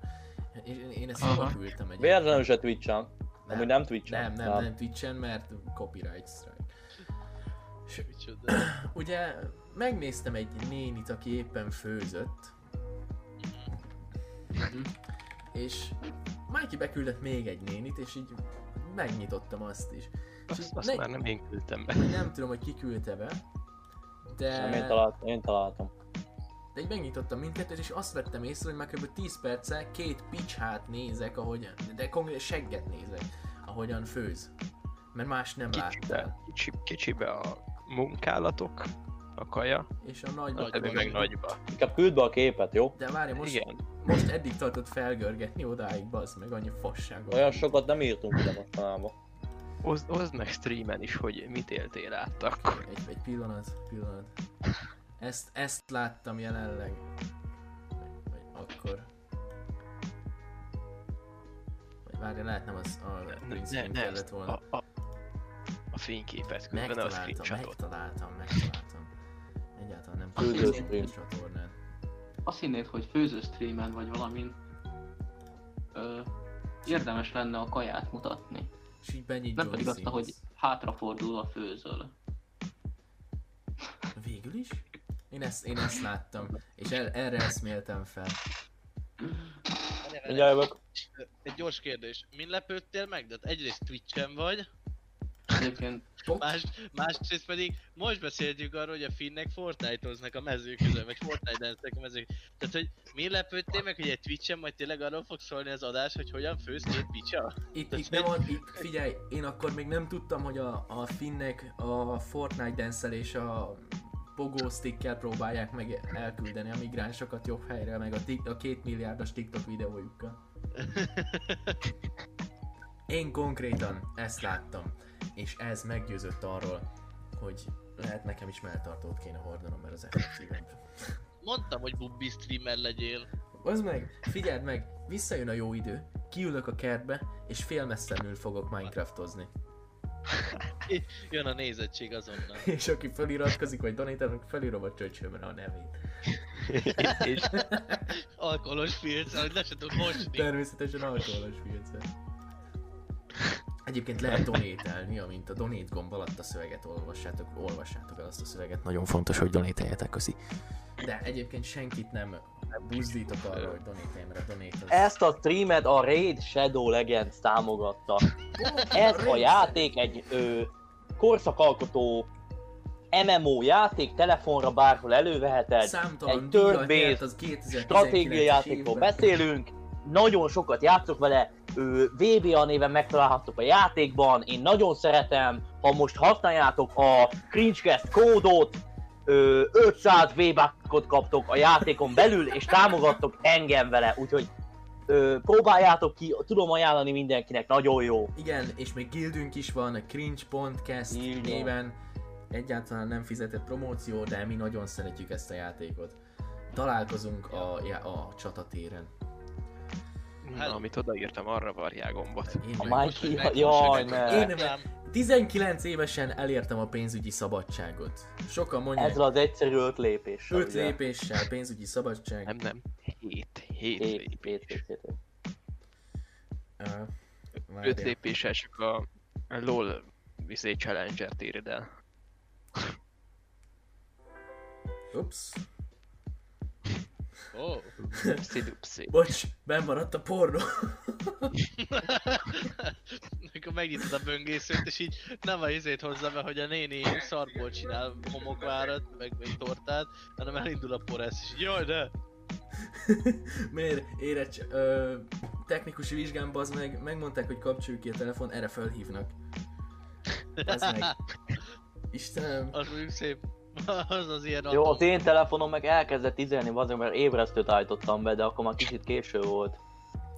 B: És én, én ezt hova
D: Aha.
B: küldtem egy
E: Véletlenül se Twitch-en. Amúgy nem Twitch-en.
B: nem, nem, nem, Twitch-en, mert copyright strike. És
C: Micsoda.
B: ugye megnéztem egy nénit, aki éppen főzött.
A: Mhm.
B: és Mikey beküldött még egy nénit, és így megnyitottam azt is.
A: Azt, azt
B: Ne-
A: már nem én küldtem be.
B: Nem tudom, hogy ki küldte be, de,
E: Nem, én, talált, én találtam.
B: de így megnyitottam mindkettőt, és azt vettem észre, hogy már kb. 10 perccel két picsát nézek, ahogyan, de konkrétan segget nézek, ahogyan főz. Mert más nem láttál.
A: Kicsibe, kicsi, kicsibe a munkálatok, a kaja,
B: És a nagy
A: a többi Hát meg nagyba.
E: Inkább küld be a képet, jó?
B: De várj, most,
A: Igen.
B: most eddig tartott felgörgetni odáig, bazd meg, annyi fasságot.
E: Olyan sokat nem írtunk ide mostanában.
A: Hozd, hozd meg streamen is, hogy mit éltél át akkor.
B: Egy, egy pillanat, pillanat. Ezt, ezt láttam jelenleg. Vagy, vagy akkor. Vagy várj, lehet nem az a green
A: Ne,
B: screen
A: ne,
B: kellett
A: ezt,
B: volna.
A: a, a, a fényképet küld be, ne a
B: Megtaláltam,
A: screenshotot.
B: megtaláltam, megtaláltam. Egyáltalán nem
E: Főzős
B: találtam
E: stream.
B: a csatornán.
D: Azt hinnéd, hogy főző streamen vagy valamin ö, érdemes lenne a kaját mutatni.
B: És így benyit
D: Nem
B: John
D: pedig azt,
B: Sims.
D: hogy hátrafordulva főzöl.
B: Végül is? Én ezt, én ezt láttam, és el, erre eszméltem fel.
E: Mindjárt jövök.
C: Egy gyors kérdés. Min lepődtél meg? De hát egyrészt Twitch-en vagy,
D: Egyébként
B: Pop,
C: más, másrészt pedig most beszéltünk arról, hogy a finnek Fortnite-oznak a mezők közül, vagy fortnite a mezők. Tehát, hogy mi lepődtél meg, hogy egy Twitch-en majd tényleg arról fog szólni az adás, hogy hogyan főz két picsa?
B: Itt, itt, nem, ad- itt, figyelj, én akkor még nem tudtam, hogy a, a finnek a Fortnite denszelés a pogó stickkel próbálják meg elküldeni a migránsokat jobb helyre, meg a, tik, a két milliárdos TikTok videójukkal. Én konkrétan ezt láttam, és ez meggyőzött arról, hogy lehet nekem is melltartót kéne hordanom, mert az effektívebb.
C: Mondtam, hogy bubbi streamer legyél.
B: Az meg, figyeld meg, visszajön a jó idő, kiülök a kertbe, és félmesszenül fogok Minecraftozni.
C: Jön a nézettség azonnal.
B: És aki feliratkozik, vagy donate annak felírom a csöcsömre a nevét.
A: és
C: Alkoholos filc, hogy le se tud mosni.
B: Természetesen alkoholos filce. Egyébként lehet donételni, amint a donate gomb alatt a szöveget olvassátok, olvassátok el azt a szöveget. Nagyon fontos, hogy donételjetek, köszi. De egyébként senkit nem buzdítok arra, hogy donételjem, mert a donate az...
E: Ezt a streamet a Raid Shadow Legends támogatta. Ez a játék egy ö, korszakalkotó MMO játék, telefonra bárhol előveheted.
B: Számtalan
E: egy
B: díjat
E: turn-based
B: nyert az 2019
E: Stratégiai játékról
B: évben.
E: beszélünk, nagyon sokat játszok vele, ö, VBA néven megtalálhatok a játékban, én nagyon szeretem, ha most használjátok a Cringecast kódot, ö, 500 V-buckot kaptok a játékon belül, és támogattok engem vele, úgyhogy ö, próbáljátok ki, tudom ajánlani mindenkinek, nagyon jó.
B: Igen, és még guildünk is van, a cringe.cast
E: Így van.
B: néven. Egyáltalán nem fizetett promóció, de mi nagyon szeretjük ezt a játékot. Találkozunk a, já- a csatatéren.
A: na, amit odaírtam, arra varjál gombot.
B: Én
E: A
B: meg
E: Mike-
C: Most, hogy
E: Jaj,
C: megmosod,
E: ne.
C: hogy
B: Én-
C: reklám.
B: 19 évesen elértem a pénzügyi szabadságot. Sokan mondják,
E: Ezzel az egyszerű öt lépéssel.
B: 5
E: ugye?
B: lépéssel pénzügyi szabadság.
A: Nem, nem. Hét, hét,
E: Hét
A: hét
E: lépés.
B: Ö, várjál.
A: Öt lépéssel csak a a LOL vizé Challenger-t írd el.
B: Ups.
C: Ó,
A: Szidupszi.
B: Bocs, benmaradt a pornó.
C: Akkor megnyitod a böngészőt, és így nem a izét hozzá be, hogy a néni szarból csinál homokvárat, meg, meg tortát, hanem elindul a poresz, és így jaj, de!
B: Miért érettsz, ö, technikusi vizsgám, bazd meg, megmondták, hogy kapcsoljuk ki a telefon, erre fölhívnak. Ez meg. Istenem,
C: Az mondjuk szép. Az az ilyen
E: Jó,
C: atom.
E: az én telefonom meg elkezdett izelni, azért mert ébresztőt állítottam be, de akkor már kicsit késő volt.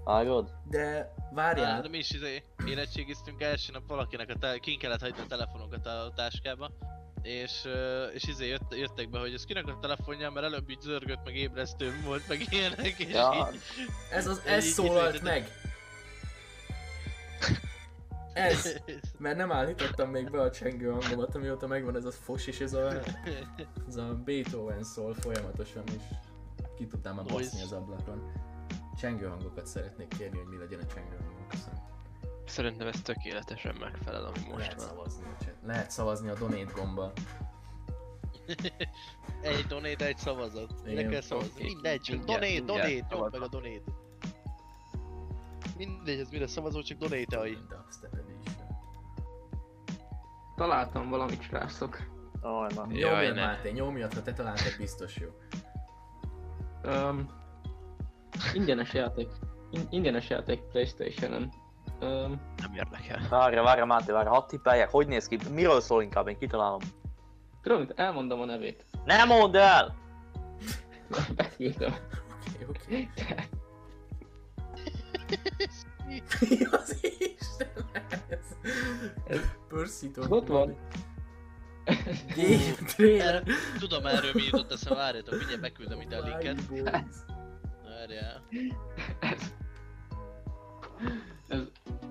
E: Vágod?
B: de
C: Á, de
B: várjál,
C: mi is izé, érettségiztünk első nap valakinek, a te- kin kellett hagyni a telefonokat a táskába. És, ö, és izé jött, jöttek be, hogy ez kinek a telefonja, mert előbb így zörgött, meg ébresztőm volt, meg ilyenek, és
E: Ja,
C: így,
B: ez az,
C: Így-
B: ez
C: így
B: szólalt
C: izé-
B: meg. Ez, mert nem állítottam még be a csengő hangomat, amióta megvan ez a fos és ez a, ez a Beethoven szól folyamatosan is. Ki tudtam már baszni
C: Noise.
B: az ablakon. Csengő hangokat szeretnék kérni, hogy mi legyen a csengő hangunk. Köszönöm.
A: Szerintem ez tökéletesen megfelel, ami most
B: Lehet
A: van.
B: szavazni, a chat- lehet szavazni a donate gombbal.
C: egy donét, egy szavazat.
B: Igen.
C: Ne kell szavazni.
A: Oké.
C: Mindegy, csak
A: Mindjárt-
C: donét,
A: mindjárt
C: donét, nyomd meg a
A: szavazok.
C: donét. Mindegy, ez mire szavazol, csak donételj.
B: Dubstep edition.
D: Találtam valamit, srácok.
E: Aj, na.
A: Jaj,
B: Nyomjad
A: ne.
B: Máté, nyomjad, ha te találtad, biztos jó.
D: Um, ingyenes játék. In- ingyenes játék Playstation-en. Um,
A: Nem érdekel.
E: Várja, várja, Máté, várja, hadd tippeljek, hogy néz ki, miről szól inkább, én kitalálom.
D: tudom, mit elmondom a nevét.
E: Nem mondd el!
D: Beszéltem.
B: Oké, oké. Mi az Isten ez? Pörszító.
D: Ott van.
B: Game trailer.
C: Erre- Tudom erről mi jutott eszembe, várjátok, mindjárt beküldöm ide a linket.
B: Fly Boys.
C: Várjál.
D: ez, ez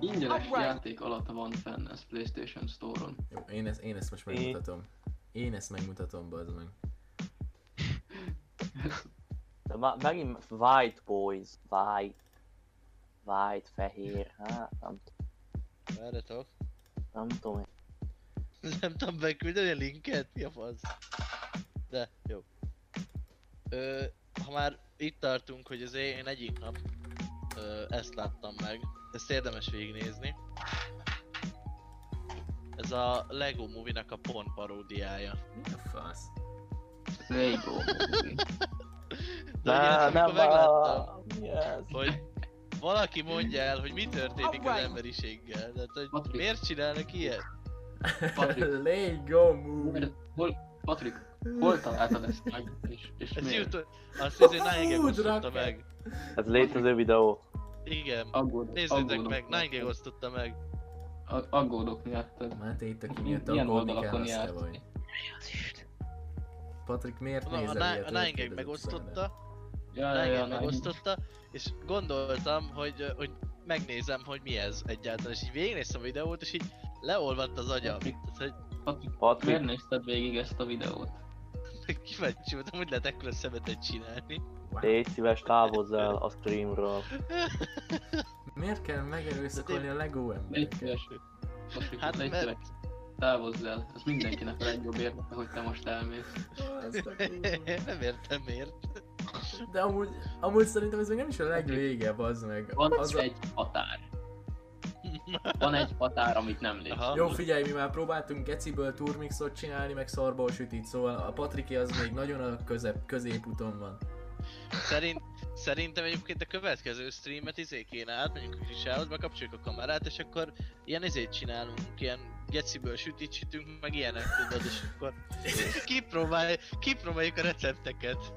D: ingyenes játék alatt van fenn, ez Playstation Store-on.
B: Jó, én, ezt, én ezt most
E: Én-
B: megmutatom. Én ezt megmutatom, bazd meg.
E: De má- megint White Boys, White. White, fehér, hát nem, t-
C: Várjatok.
E: nem tudom én.
C: Nem tudom beküldeni a linket, mi a fasz? De, jó. Ö, ha már itt tartunk, hogy az én egyik nap ö, ezt láttam meg, ezt érdemes végignézni. Ez a Lego Movie-nak a porn paródiája.
B: Mi a fasz?
D: Lego Movie.
C: De nem, nem, megláttam,
E: Yes.
C: hogy valaki mondja el, hogy mi történik az emberiséggel. Tehát, hogy
D: Patrick.
C: miért csinálnak ilyet?
D: Patrik,
B: Lego movie.
D: hol- hol, Patrik,
B: Mm.
D: hol találtad ezt meg? És, és
C: Ez
D: miért?
C: jutott, azt hiszem,
B: A
C: Nine
B: Food
C: osztotta
B: Rocket.
C: meg.
E: Ez létező videó.
C: Igen.
D: Aggódok,
C: Nézzétek
D: aggódok
C: meg,
D: miattad.
C: Nine osztotta meg.
D: Ag- Aggódok miattad.
B: Máté itt, aki
D: Mi-
B: miatt
D: milyen
B: aggódni kell,
D: oldalakon
B: az te
D: járt?
B: vagy. Patrik, miért
C: Na, a
B: nézel
C: Nine-
B: ilyet?
C: a Nine
B: Kérdezett tőled.
C: megosztotta,
D: Ja, ja,
C: Nine
D: ja, Nine-
C: megosztotta, és gondoltam, hogy, hogy megnézem, hogy mi ez egyáltalán, és így végignéztem a videót, és így leolvadt az agyam.
D: Patrik.
C: Tehát, hogy
D: Patrik,
E: Patrik,
D: miért nézted végig ezt a videót?
C: kíváncsi voltam, hogy lehet ekkora szemetet csinálni.
B: Wow.
E: légy szíves, távozz el a streamről.
B: Miért kell megerőszakolni a Lego
D: Légy
B: embereket?
D: szíves. Patrik,
C: Hát,
D: légy
C: mert-
D: szíves. Távozz el. Ez mindenkinek a legjobb érdeke, hogy te most elmész.
B: Ez a kurva.
C: Nem értem miért.
B: De amúgy, amúgy szerintem ez még nem is a legvége, bazd meg.
D: Van
B: Az
D: az
B: a...
D: egy határ. Van egy határ, amit nem lép.
C: Aha.
B: Jó, figyelj, mi már próbáltunk geciből turmixot csinálni, meg szarból sütit, szóval a Patriki az még nagyon a közep, középúton van.
C: Szerint, szerintem egyébként a következő streamet izé kéne átmegyünk a Krisához, bekapcsoljuk a kamerát, és akkor ilyen izét csinálunk, ilyen geciből sütit sütünk, meg ilyenek tudod, és akkor kipróbálj, kipróbáljuk a recepteket.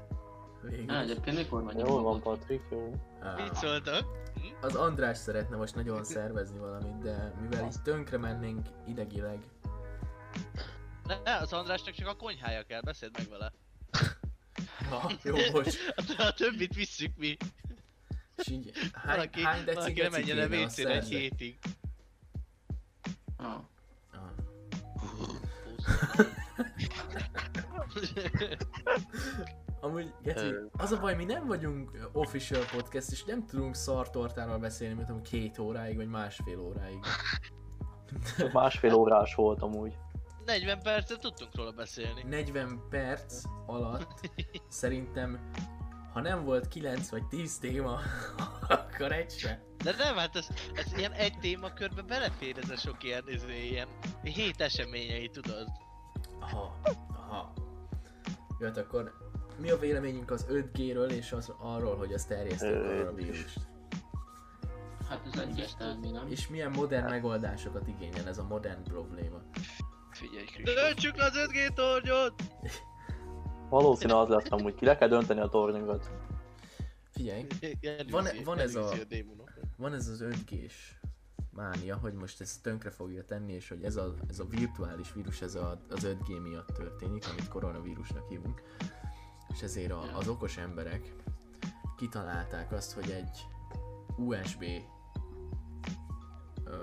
B: Végül.
D: Á, egyébként mikor vagy?
E: Jól van, Patrik, jó.
B: Á.
C: Mit szóltak?
B: Az András szeretne most nagyon szervezni valamit, de mivel így tönkre mennénk idegileg,
C: Ne, ne, az Andrásnak csak a konyhája kell, beszéld meg vele.
B: ha, jó, bocs,
C: A, a többit visszük mi.
B: és így hány,
C: Valaki,
B: hány deci
C: valaki nem
B: geci
C: menjen a
B: kéne a
C: WC-re egy
B: szerde?
C: hétig.
D: Ah.
B: Ah. Amúgy, Geci,
A: Ö.
B: az a baj, mi nem vagyunk official podcast, és nem tudunk szartortáról beszélni, mint tudom, két óráig, vagy másfél óráig.
E: Csak másfél órás volt amúgy.
C: 40 percet tudtunk róla beszélni.
B: 40 perc alatt szerintem, ha nem volt 9 vagy 10 téma, akkor egy se.
C: De nem, hát ez, ez ilyen egy témakörbe belefér ez a sok ilyen, izé, ilyen hét eseményei, tudod?
B: Aha, aha. Jó, hát akkor mi a véleményünk az 5G-ről és az arról, hogy azt terjesztik arra a vírust?
D: Hát ez egyértelmű, nem?
B: És milyen modern megoldásokat igényel ez a modern probléma?
A: Figyelj,
C: Döntsük le az 5G tornyot!
E: Valószínű az lesz amúgy, ki le kell dönteni a tornyunkat.
B: Figyelj,
C: Elűzi-
B: Van- van ez
C: elűzi
B: a-
C: démonok.
B: van ez az 5 mánia, hogy most ezt tönkre fogja tenni, és hogy ez a, ez a virtuális vírus, ez a, az 5G miatt történik, amit koronavírusnak hívunk. És ezért a, az okos emberek kitalálták azt, hogy egy USB ö,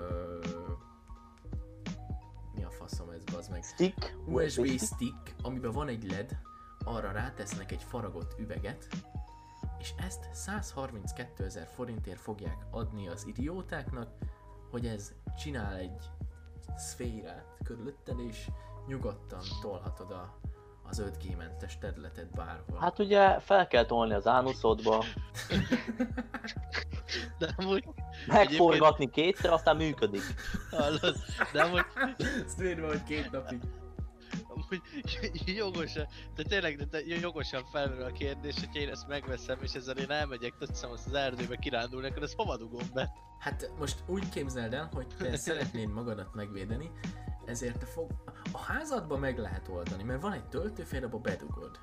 B: mi a faszom ez, bazd meg?
E: Stick,
B: USB stick, amiben van egy LED, arra rátesznek egy faragott üveget, és ezt 132 ezer forintért fogják adni az idiótáknak, hogy ez csinál egy szférát körülötted, és nyugodtan tolhatod a, az 5G mentes területet bárhol.
E: Hát ugye fel kell tolni az ánuszodba,
C: De amúgy
E: megforgatni kétszer, aztán működik.
C: hallod, de amúgy,
B: Ezt hogy két napig.
C: amúgy jogosan, de tényleg de, de jogosan felmerül a kérdés, hogy én ezt megveszem, és ezzel én elmegyek, teszem azt az erdőbe kirándulni, akkor ezt hova dugom be?
B: Hát most úgy képzeld el, hogy te szeretnéd magadat megvédeni, ezért te fog... A házadba meg lehet oldani, mert van egy töltőfél, abba bedugod.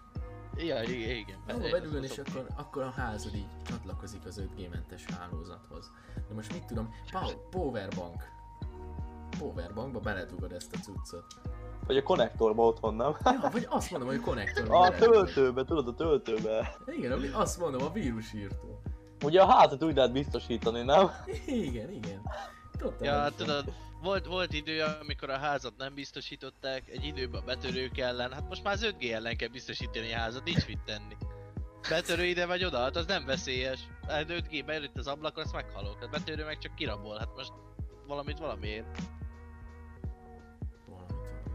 C: Ja, igen, igen.
B: Ahova
C: Ez-
B: bedugod,
C: ez-
B: és akkor, akkor a házad így csatlakozik az 5G-mentes hálózathoz. De most mit tudom, Pow- powerbank. Powerbankba beledugod ezt a cuccot.
E: Vagy a konnektorba otthon, nem?
B: Ja, vagy azt mondom, hogy konnektorba
E: A
B: beledugod.
E: töltőbe, tudod, a töltőbe.
B: Igen, ami- azt mondom, a vírusírtó.
E: Ugye a házat úgy lehet biztosítani, nem?
B: Igen, igen. Totális
C: Ja,
B: van.
C: hát tudod, volt, volt idő, amikor a házat nem biztosították, egy időben a betörők ellen, hát most már az 5G ellen kell biztosítani a házat, nincs mit tenni. Betörő ide vagy oda, hát az nem veszélyes. Hát 5G beüt az ablakon, azt meghalok. A betörő meg csak kirabol, hát most valamit valamiért.
B: Valamit, valamiért.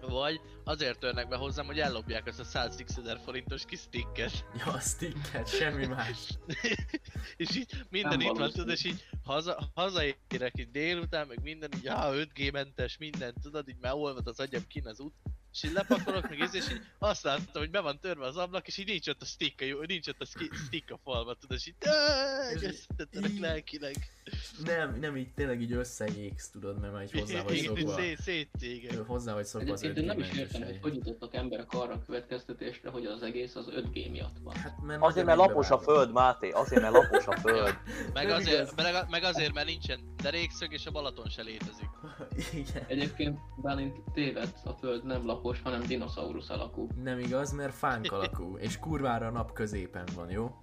C: Vagy azért törnek be hozzám, hogy ellopják azt a 106 ezer forintos kis sticket.
B: Ja, a sticket, semmi más.
C: és így minden
D: Nem
C: itt van,
D: valószínű.
C: tudod, és így haza, hazaérek így délután, meg minden, így ah, 5G mentes, minden, tudod, így már olvad az agyam kin az út. És így lepakolok, meg ez, és így azt láttam, hogy be van törve az ablak, és így nincs ott a stick, a jó, nincs ott a ski- stick a falba, tudod, és így
B: És így-
C: összetettelek
B: így-
C: lelkileg.
B: Nem, nem így tényleg így összeégsz, tudod, mert már így hozzá vagy
C: Igen, így
B: szokva.
C: szét, szétjégen.
B: Ő Hozzá vagy szokva az
D: Egyébként én nem is értem, hogy hogy
B: ötgémentesei.
D: jutottak emberek arra a következtetésre, hogy az egész az 5G miatt van.
B: Hát mert
E: Azért, mert
B: nagyon
E: lapos a
B: bevágod.
E: föld, Máté, azért, mert lapos a föld.
C: Meg
B: Nem
C: azért,
B: igaz.
C: meg, meg azért, mert nincsen derékszög, és a Balaton se létezik.
B: Igen.
D: Egyébként Bálint téved, a föld nem lapos, hanem dinoszaurusz alakú.
B: Nem igaz, mert fánk alakú, és kurvára a nap középen van, jó?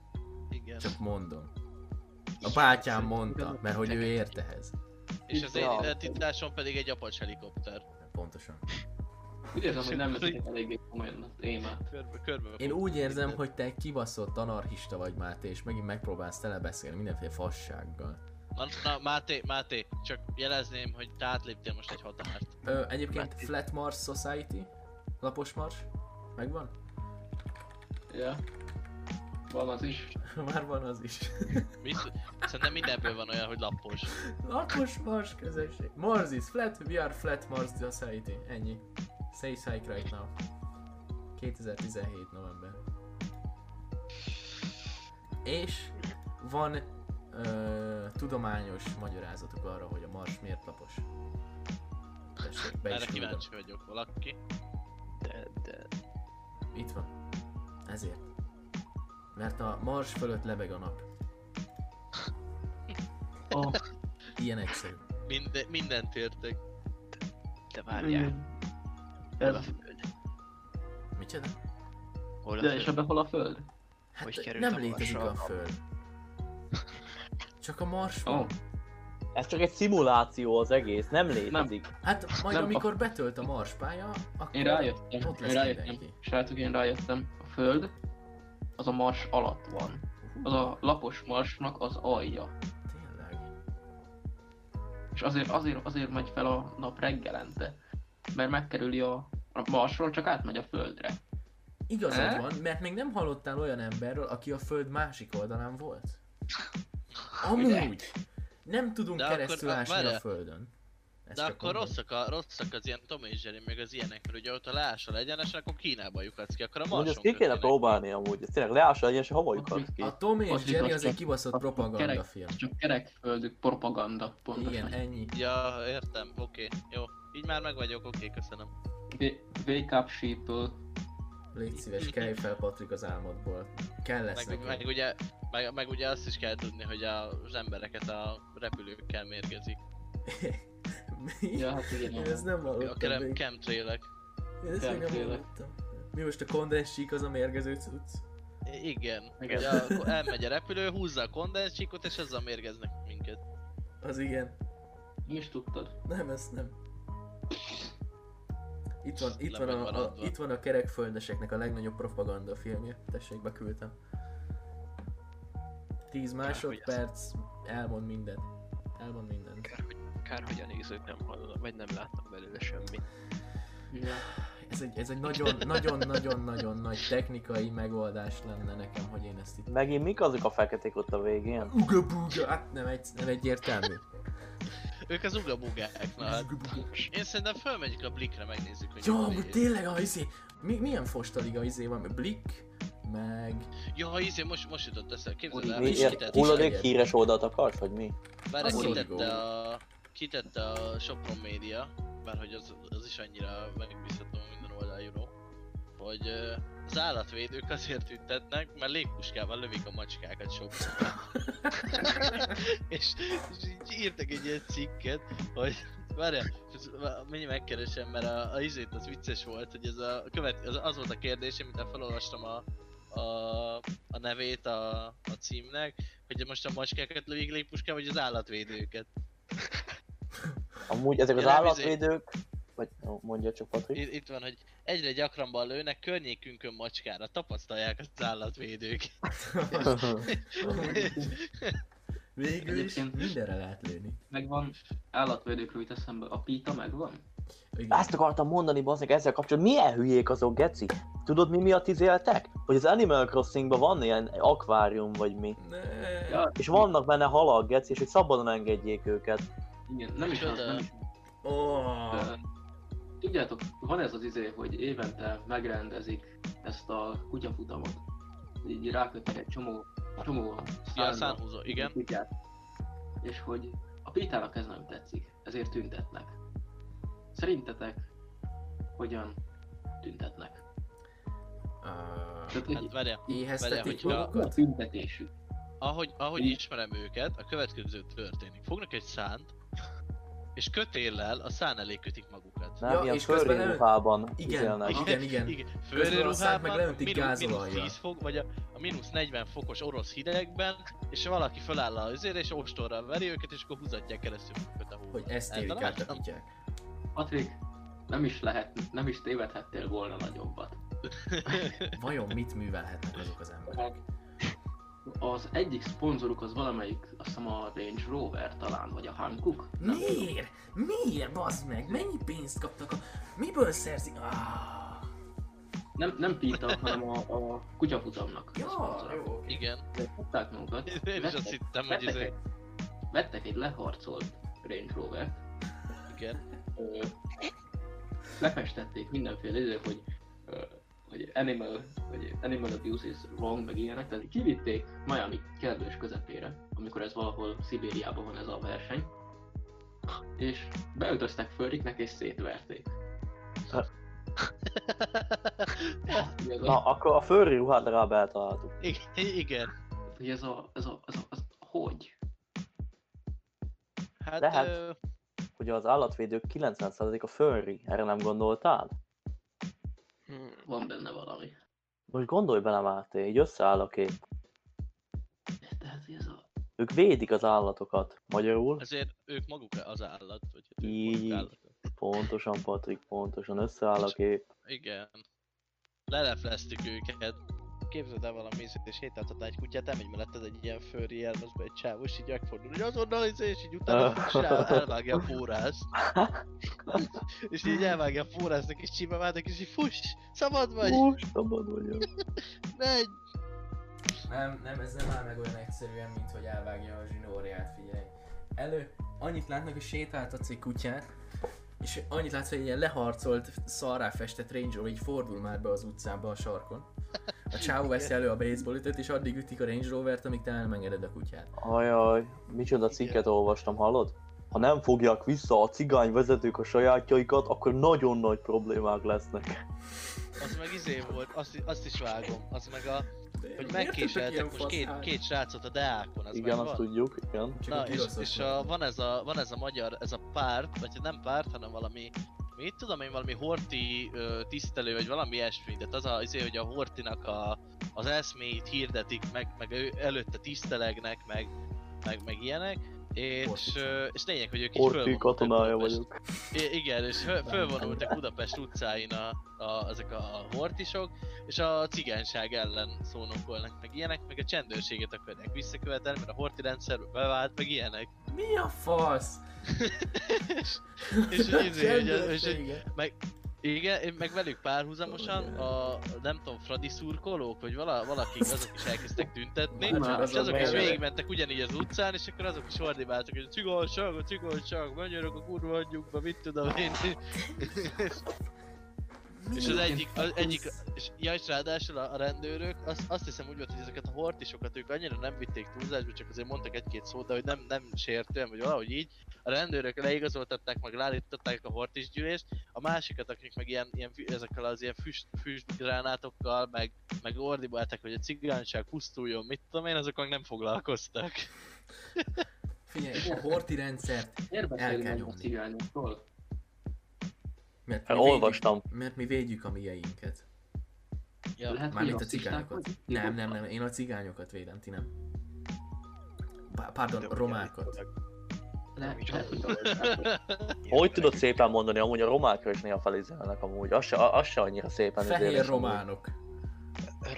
C: Igen.
B: Csak mondom. A bátyám mondta, mert hogy ő ért ehhez.
C: És az én
E: Ja.
C: identitásom pedig egy apacs helikopter.
B: Pontosan.
D: Úgy érzem, hogy nem veszik eléggé komolyan a témát.
C: Körbe, körbe
B: Én
C: fog
B: úgy érzem,
C: minden.
B: hogy te egy kibaszott anarchista vagy, Máté, és megint megpróbálsz telebeszélni mindenféle fassággal.
C: Na, na Máté, Máté, csak jelezném, hogy te átléptél most egy határt.
B: Ö, egyébként Flat Mars Society? Lapos Mars? Megvan?
D: Ja. Van az is.
B: Már van az is.
C: Biztos, szerintem mindenből van olyan, hogy lappos.
B: Lapos Mars közösség. Mars is flat, we are flat Mars society. Ennyi. Say psych right now. 2017 november. És van ö, tudományos magyarázatuk arra, hogy a Mars miért lapos. Tessék, be
C: Erre
B: is küldöm.
C: kíváncsi vagyok valaki.
A: De, de,
B: Itt van. Ezért. Mert a Mars fölött lebeg a nap.
D: Oh,
B: Ilyen egyszerű.
C: Minde, mindent értek.
A: de várjál, hol a
D: Ez,
A: föld?
B: Micsoda?
A: Hol a
D: de és
A: föld?
D: ebbe hol a föld?
B: Hát
A: Hogy került
B: nem
A: a Marsra
B: létezik
A: a
B: a
A: nap?
B: Föld. Csak a Mars van.
D: Ó,
E: Ez csak egy szimuláció az egész, nem létezik.
B: Hát majd
D: Nem,
B: amikor betölt a Mars pálya, akkor
D: én rájöttem.
B: ott lesz
D: Én rájöttem.
B: mindenki.
D: Srácok, én rájöttem. A föld az a mars alatt van. Az a lapos marsnak az alja.
B: Tényleg.
D: És azért, azért, azért megy fel a nap reggelente. Mert megkerüli a, a marsról, csak átmegy a földre.
B: Igazad
D: Eh?
B: van, mert még nem hallottál olyan emberről, aki a Föld másik oldalán volt. Amúgy. Nem tudunk
C: De
B: keresztül
C: akkor-
B: ásni
C: várjál.
B: a Földön. Ezt
C: De
B: csak
C: akkor
B: mondom.
C: rosszak, a, rosszak az ilyen Tom és Jerry, meg az ilyenek, mert ugye ott a leásol egyenesen, akkor Kínába lyukadsz ki, akkor a
E: Mondjuk
C: marson
E: ezt ki kéne
C: kötélek.
E: próbálni amúgy, ez tényleg leássa legyen, és hova lyukadsz ki.
B: A Tom és
D: Azt
B: Jerry
D: igaz,
B: az egy
D: csak-
B: kibaszott
D: azt
B: propaganda
D: kerek-
B: film.
D: Ez csak kerekföldű propaganda, pontosan.
B: Igen, ennyi.
C: Ja, értem, oké, jó. Így már meg vagyok, oké, köszönöm.
D: W- Wake up, sheeple.
B: Légy szíves, kelj fel Patrik az álmodból. Kell lesz
C: Meg, meg,
B: neked.
C: ugye, meg, meg ugye azt is kell tudni, hogy az embereket a repülőkkel mérgezik.
B: Mi?
D: Ja, hát igen.
B: Én ezt nem
C: A
B: hallottam
C: krem,
B: még.
C: chemtrailek.
B: Én ezt még nem
D: Kemtrélek.
B: hallottam. Mi most a kondensík az a mérgező cucc?
C: I- Igen.
D: Igen.
C: Ugye, akkor elmegy a repülő, húzza a kondensíkot, és azzal mérgeznek minket.
B: Az igen.
D: Mi is tudtad?
B: Nem, ezt nem. Itt van, itt van,
C: Le vagy
B: a, a,
C: maradva.
B: itt van a kerekföldeseknek a legnagyobb propaganda filmje. Tessék, beküldtem. 10 másodperc, elmond mindent. Elmond mindent.
A: Kár, hogy, kár, hogy a nézők nem hallanak, vagy nem látnak belőle semmit.
D: Ja.
B: Ez egy, ez egy nagyon, nagyon, nagyon, nagyon nagy technikai megoldás lenne nekem, hogy én ezt itt...
E: Megint mik azok a feketék ott a végén?
B: Uga buga, hát nem, egy, nem egyértelmű.
C: Ők az ugabugák, na hát.
B: Uga buga.
C: Én szerintem fölmegyük a blikre, megnézzük, hogy...
B: Ja,
C: jól
B: amúgy
C: ér.
B: tényleg a izé... Mi, milyen fostaliga izé van? Blick, meg...
C: Ja, izé, most, most jutott eszembe, képzeld
D: Uri,
C: el,
E: Mi,
C: hogy
B: kis-
E: ilyen
C: kitett,
B: kis-
E: hulladék híres oldalt akarsz, vagy mi?
C: bár
B: az Uri.
C: kitette a... Kitette a Sopron Media, bár hogy az, az is annyira megbízható minden oldalájúról, hogy ö, az állatvédők azért tüntetnek, mert légpuskával lövik a macskákat Sopronban. és, és így írtak egy ilyen cikket, hogy Várjál, mennyi megkeresem, mert a, a izét az vicces volt, hogy ez a követ, az, az volt a kérdés, amit felolvastam a, a, a nevét a, a címnek, hogy most a macskákat lövik légpuskával, vagy az állatvédőket.
E: Amúgy ezek az
C: Ja, nem, izé-
E: állatvédők... Vagy ó, mondja csak Patrik.
C: Itt, itt van, hogy egyre gyakrabban lőnek környékünkön macskára, tapasztalják az állatvédők.
B: Végül is
D: Egyébként-
B: mindenre lehet lőni.
D: Megvan állatvédőkről jut eszembe. A pita megvan?
B: Igen.
E: Ezt akartam mondani, bazdmeg, ezzel kapcsolatban, milyen hülyék azok, geci? Tudod mi miatt izéltek? Hogy az Animal Crossingban van ilyen akvárium, vagy mi.
B: Ne.
D: Ja,
E: És vannak benne halak, geci, és hogy szabadon engedjék őket.
D: Igen, nem is az, nem is
B: Oh.
D: Ö, Tudjátok, van ez az izé, hogy évente megrendezik ezt a kutyafutamot. Így rákötnek egy csomó, csomó
C: Ja, a
D: szárnyat,
C: szánhúzó, igen.
D: kutyát. És hogy a Pétának ez nem tetszik, ezért tüntetnek. Szerintetek hogyan tüntetnek?
B: Uh,
D: Tehát, hogy
C: Hát várjál, várjál,
B: éheztetik
C: hogyha-
D: mi a
B: magukat?
D: tüntetésük?
C: ahogy, ahogy
D: Mi?
C: ismerem őket, a következő történik. Fognak egy szánt, és kötéllel a szán elé kötik magukat.
E: Nem,
B: Ja,
E: ilyen
B: és közben
E: furry
B: el-
E: ruhában
B: Igen.
E: izélnek.
B: Aha. Igen, igen.
C: igen.
B: Közben a szánt
C: Főruhában,
B: meg leöntik
C: mínusz, mínusz
B: gázolajjal.
C: 10 fok, vagy a, a mínusz 40 fokos orosz hidegben, és valaki föláll a üzére, és ostorral veri őket, és akkor húzatják keresztül őket a hóba.
B: Hogy ezt érik át a
C: Eltaláltam?
B: kutyák.
D: Patrik, nem is lehet, nem is tévedhettél volna nagyobbat.
B: Vajon mit művelhetnek azok az emberek?
D: Az egyik szponzoruk az valamelyik, azt hiszem a Range Rover talán, vagy a Hankook? Nem tudom.
B: Miért? Miért, bazd meg? Mennyi pénzt kaptak a... Miből szerzik? Ah,
D: Nem, nem Pita, hanem a, a kutyafutamnak.
B: ja, jó, oké.
C: Igen.
D: Tudták magukat.
C: Én is
D: vettek-
C: azt hittem, hogy izé-
D: vettek,
C: ez
D: egy, vettek egy leharcolt Range Rover-t,
C: izé- igen.
D: ö, lefestették mindenféle idő, hogy, ö, hogy animal, hogy animal abuse is wrong, meg ilyenek, tehát kivitték Miami kellős közepére, amikor ez valahol Szibériában van ez a verseny, és beütöztek Föriknek és szétverték. Ugye ez a-
E: Na, akkor a furry ruhát legalább eltaláltuk.
C: Igen. igen.
D: hogy ez a, ez a, ez a, az, hogy?
C: Hát,
E: Lehet.
C: Ö,
E: Hogy az állatvédők 90% a furry, erre nem gondoltál?
A: Hmm.
D: Van benne valami.
E: Most gondolj bele Máté, így összeáll a kép.
D: Tehát ez a...
E: Ők védik az állatokat. Magyarul?
C: azért ők maguk az állat, vagy hát ők
E: Így.
C: maguk állat.
E: Pontosan Patrik, pontosan összeáll a kép.
C: Igen. Lelepleztük őket. Képzeld el valami ízét, és sétáltatná egy kutyát, elmegy melletted egy ilyen furry jelmezbe egy csáv, és így megfordul, hogy azonnal izé, és így utána
E: Ah.
C: fuss el, elvágja a fórászt. és így elvágja a fórásznak, és csípavádnak, és így fuss, szabad vagy,
E: Most szabad vagyok.
C: megy!
B: Nem, nem, ez nem áll meg olyan egyszerűen, mint hogy elvágja a zsinórját, figyelj. Elő, annyit látnak, hogy sétáltatsz egy kutyát, és annyit látsz, hogy egy ilyen leharcolt, szarrá festett Range Rover így fordul már be az utcába a sarkon. A csávó veszi elő a baseball ütőt, és addig ütik a Range Rovert, amíg te nem engeded a kutyát.
E: Ajaj, micsoda cikket olvastam, hallod? ha nem fogják vissza a cigány vezetők a sajátjaikat, akkor nagyon nagy problémák lesznek.
C: Az meg izé volt, azt, azt is vágom. Az meg a, hogy
B: Miért tudtak ilyen
C: megkéseltek most két,
B: faszán?
C: két srácot a deákon. Az
E: igen,
C: meg
E: azt
C: van.
E: tudjuk, igen.
B: Csak
C: Na,
B: a
C: és,
B: piroszok
C: és
B: vannak.
C: a, van, ez a, van ez a magyar, ez a párt, vagy nem párt, hanem valami, mit tudom én, valami horti ö, tisztelő, vagy valami ilyesmi, de az a, izé, hogy a hortinak a, az eszméit hirdetik, meg, meg ő, előtte tisztelegnek, meg, meg, meg ilyenek. És,
B: Horti.
C: ö, és lényeg, hogy ők így
E: Orfi
C: fölvonultak
E: katonája
C: Budapest-
E: vagyok.
C: I- igen, és föl, fölvonultak Budapest utcáin a, a, ezek a hortisok, és a cigányság ellen szónokolnak, meg ilyenek, meg a csendőrséget akarják visszakövetelni, mert a horti rendszerbe bevált, meg ilyenek.
B: Mi a fasz?
C: és, és, izé, hogy a- és, hogy-
B: Csendőrsége.
C: igen, én meg velük párhuzamosan a, nem tudom, Fradi szurkolók, vagy vala, valakik, azok is elkezdtek tüntetni,
B: Hát Már csak
C: és
B: azon
C: azok is
B: mellett.
C: végigmentek ugyanígy az utcán, és akkor azok is ordibáltak, hogy cigolság, a cigolság, menjünk a kurva anyjukba, mit tudom én.
B: Mi
C: És az
B: a
C: egyik, az
B: fasz?
C: egyik, és, ja, és ráadásul a, a rendőrök, azt, azt hiszem úgy volt, hogy ezeket a hortisokat ők annyira nem vitték túlzásba, csak azért mondtak egy-két szót, de hogy nem, nem sértően, vagy valahogy így. A rendőrök leigazoltatták, meg leállították a hortisgyűlést, a másikat, akik meg ilyen, ilyen fü- ezekkel az ilyen füst, füstgránátokkal, meg, meg ordibálták, hogy a cigányság pusztuljon, mit tudom én, azok meg nem foglalkoztak.
B: Figyelj, a horti rendszert,
D: Miért
B: kell
D: beszélünk a
B: nyomni.
D: cigányokról?
B: mert mi,
E: Hát
B: védjük,
E: olvastam.
B: mert mi védjük a mieinket.
C: Ja.
D: Lehet, hogy
B: Mármint a
D: rasszisták
B: cigányokat.
D: vagyunk?
B: Nem, nem, nem, én a cigányokat védem, ti nem. Pá- Pardon, romákat.
D: Le- Lehet, hogy
E: Hogy tudod szépen mondani, amúgy a romákra is néha felizélnek amúgy, az se, az se annyira szépen
B: Fehér
E: izélés,
B: románok.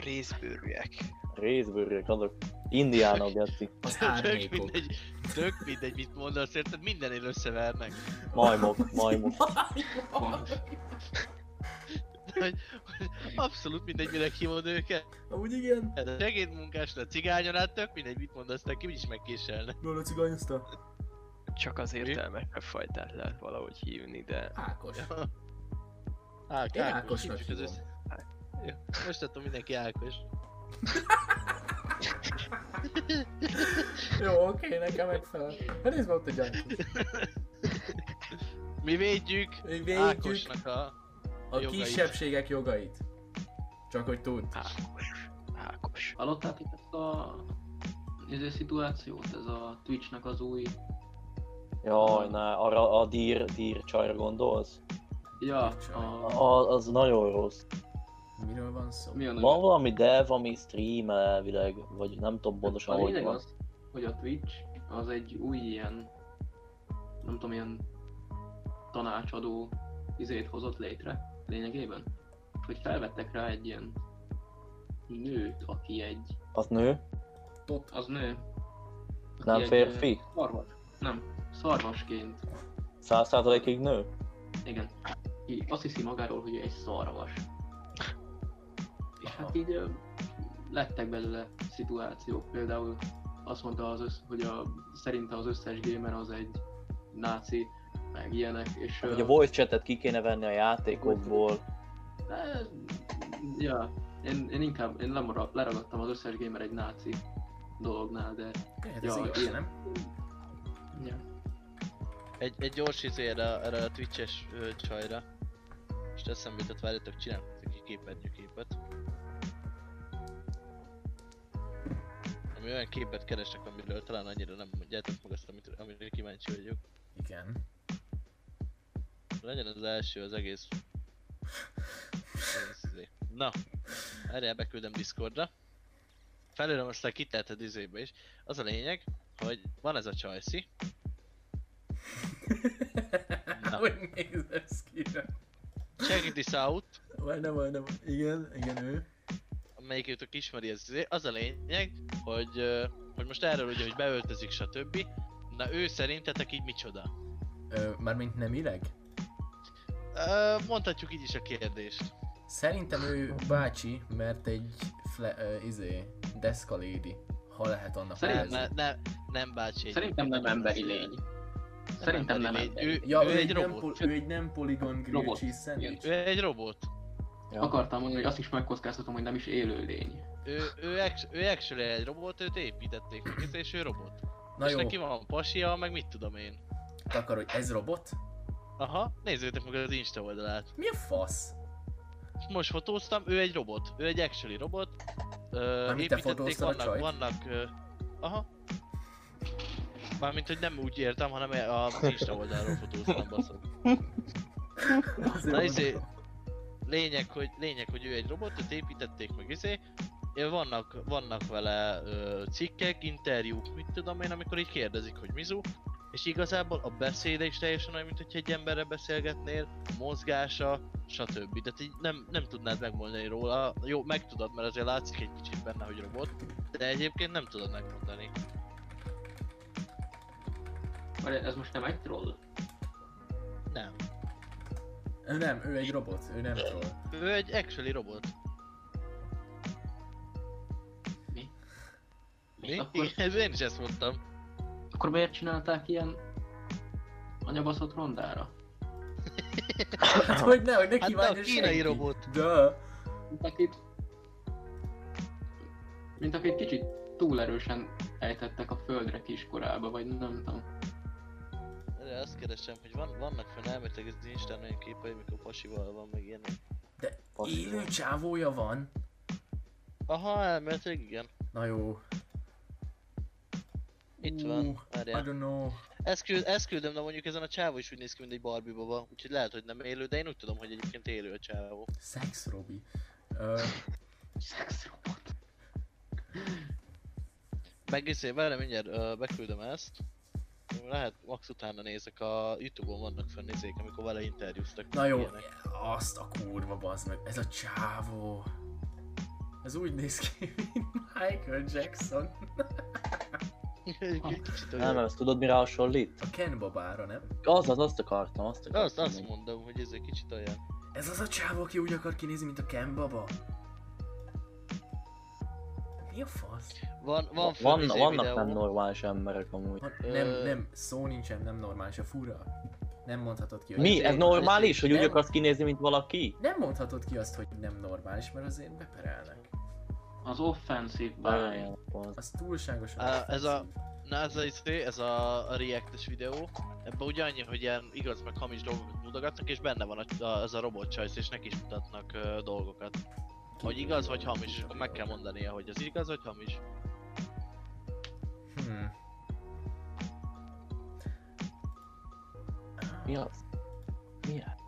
A: Részbőrűek.
E: amúgy. Részbőrűek azok. Indiánok, geci.
B: Az
C: Tök
B: árnyékok.
C: mindegy, tök mindegy, mit mondasz, érted? Mindenért összevernek.
E: Majmok, majmok.
D: Pont.
C: hogy abszolút mindegy, minek hívod őket.
B: Amúgy igen.
C: Hát a Segédmunkás, a cigányon át, tök mindegy, mit mondasz neki, úgyis megkéselnek.
B: Róla cigányozta?
A: Csak az
C: Mi?
A: értelmekre fajtát lehet valahogy hívni, de
B: Ákos.
C: Ák,
B: Én Ákosnak
C: hívjuk az
B: hívom.
C: össze- Most attól mindenki Ákos.
B: Jó, oké, nekem megfelel. Hát nézd meg ott a gyanús.
C: Mi védjük,
B: Védjük
C: Ákosnak a...
B: a
C: jogait.
B: kisebbségek jogait. Csak hogy tudd.
A: Ákos. Ákos.
D: Hallottátok ezt a... Ez a szituációt, ez a Twitchnek az új...
E: Jaj, ne, arra a dír, dír csajra gondolsz?
D: Ja, a...
E: A, az nagyon rossz.
B: Miről van szó?
D: Mi a neve?
E: Van valami dev, ami stream elvileg, vagy nem tudom pontosan,
D: a
E: hogy
D: lényeg
E: van.
D: az, hogy a Twitch az egy új ilyen, nem tudom, ilyen tanácsadó izét hozott létre lényegében. Hogy felvettek rá egy ilyen nőt, aki egy...
E: Az nő?
B: Tot.
D: Az nő. Aki
E: Nem
D: egy,
E: férfi?
D: ö, Szarvas. Nem. Szarvasként.
E: Száz százalékig nő?
D: Igen. Így azt hiszi magáról, hogy ő egy szarvas. És hát így ö, lettek belőle szituációk. Például azt mondta, az össz, hogy a, szerinte az összes gamer az egy náci, meg ilyenek, és...
E: Hogy a voice chatet ki kéne venni a játékokból.
D: de, ja, én, én inkább én lemara- leragadtam az összes gamer egy náci dolognál, de...
B: Lehet, ez
D: Ja,
B: igaz,
D: ilyen.
B: nem?
D: Ja.
C: Egy, egy gyors izé erre, erre a Twitch-es ö, csajra. Most eszembe jutott, várjatok, csinálhatok egy képernyőképet. Ami olyan képet keresek, amiről talán annyira nem mondjátok meg azt, amit, amire kíváncsi vagyok.
B: Igen.
C: Legyen az első az egész... egész izé. Na, erre beküldöm Discordra. Felülöm aztán kiteheted izébe is. Az a lényeg, hogy van ez a csajszi. Na.
B: Hogy néz ez ki?
C: Check this out.
B: Majdnem, majdnem. Igen, igen ő.
C: amelyikőtök ismeri ez, izé, az a lényeg, hogy, ö, hogy most erről ugye, hogy beöltözik, stb. Na ő szerintetek így micsoda?
B: Ö, mármint nemileg?
C: Ö, mondhatjuk így is a kérdést.
B: Szerintem ő bácsi, mert egy fle, ö, izé, deszka lady. Ha lehet annak
D: Szerintem-
C: Nem,
B: nevezni.
C: ne, ne, nem bácsi.
D: Szerintem nem emberi lény. Szerintem nem
C: emberi
D: emberi.
C: lény. Ő,
B: Ja,
C: ő, egy
B: nem
C: robot.
B: pol- ő egy nem poligon grill
D: Robot.
B: cheese sandwich.
C: Ő egy robot.
D: Akartam mondani, hogy azt is megkockáztatom, hogy nem is élő lény.
C: Ő, ő, act- ő actually egy robot, őt építették meg, és ő robot.
B: Na
C: és
B: jó,
C: neki van pasia, meg mit tudom én.
B: ott akar, hogy ez robot?
C: Aha, nézzétek meg az Insta oldalát.
B: Mi a fasz?
C: Most fotóztam, ő egy robot. Ő egy actually robot. Ö,
B: Mármint te fotóztad a
C: vannak,
B: csajt?
C: vannak... Ö, aha. Mármint, hogy nem úgy értem, hanem az Insta oldalról fotóztam, baszom.
B: Azért
C: Na
B: mondom.
C: izé, lényeg, hogy, lényeg, hogy ő egy robotot építették meg izé, Ö, vannak, vannak vele ö, cikkek, interjúk, mit tudom én, amikor így kérdezik, hogy mizu, és igazából a beszéde is teljesen olyan, mint hogy egy emberre beszélgetnél, a mozgása, stb. Tehát így nem, nem tudnád megmondani róla, jó, megtudod, mert azért látszik egy kicsit benne, hogy robot, de egyébként nem tudod megmondani.
D: Mert ez most nem egy troll.
C: Nem.
B: Ő nem, ő egy robot, ő nem troll.
C: Ő egy actually robot.
D: Mi?
C: Mi?
D: Akkor-
C: Ez én is ezt mondtam.
D: Akkor miért csinálták ilyen anyabaszott rondára?
B: Hát hogy ne, hogy ne
C: Hát de a
B: kívánja
C: kínai
B: senki.
C: robot.
B: De.
D: Mint akit... Mint akit kicsit túl erősen ejtettek a földre kiskorába, vagy nem tudom.
C: Erre azt keresem, hogy van, vannak fenn elméletek az Instán olyan képei, amikor pasival van meg ilyen.
B: Élő csávója van.
C: Aha, elméletek igen.
B: Na jó.
C: Itt
B: Ú,
C: van,
B: I
C: várjál.
B: don't know.
C: Ezt, küld, ezt küldöm, de mondjuk ezen a csávó is úgy néz ki, mint egy Barbie baba. Úgyhogy lehet, hogy nem élő, de én úgy tudom, hogy egyébként élő a csávó.
B: Sex Robi. Ö,
D: Szexrobot.
C: Meg izé, várjál, mindjárt ö, beküldöm ezt. Lehet, max utána nézek, a Youtube-on vannak fenn izék, amikor vele interjúztak.
B: na jó,
C: ilyenek.
B: azt a kurva bazd meg. Ez a csávó. Ez úgy néz ki, mint Michael Jackson.
C: Egy Kicsit
E: Nem,
C: olyan.
E: ezt tudod mire hasonlít?
B: A Ken babára, nem?
E: Az, az, azt akartam, azt akartam.
C: Azt, azt mondom, hogy ez egy kicsit olyan.
B: Ez az a csávó, aki úgy akar kinézni, mint a Ken baba. Mi a fasz?
C: Van, van fenn
E: Van,
C: izé
E: vannak
C: videó.
E: nem normális emberek amúgy.
B: Ha-
C: Ö-
B: Nem, nem, szó nincsen, nem normális, a fura. Nem mondhatod ki, hogy...
E: Mi? Ez normális, hogy úgy
B: Nem.
E: akarsz kinézni, mint valaki?
B: Nem mondhatod ki azt, hogy nem normális, mert azért beperelnek.
D: Az offensive buy.
E: Várjál, bazd.
B: Az túlságosan...
C: Á, ez a-
B: offenszív.
C: Na ez a, izé, ez a reactes videó, ebben ugye annyi, hogy ilyen igaz meg hamis dolgokat mutogatnak, és benne van a, a, ez a robot csajsz, és neki is mutatnak ö, dolgokat. Hogy igaz vagy hamis, akkor meg kell mondania, hogy az igaz vagy hamis.
B: Hmm.
E: Mi az? Mi az?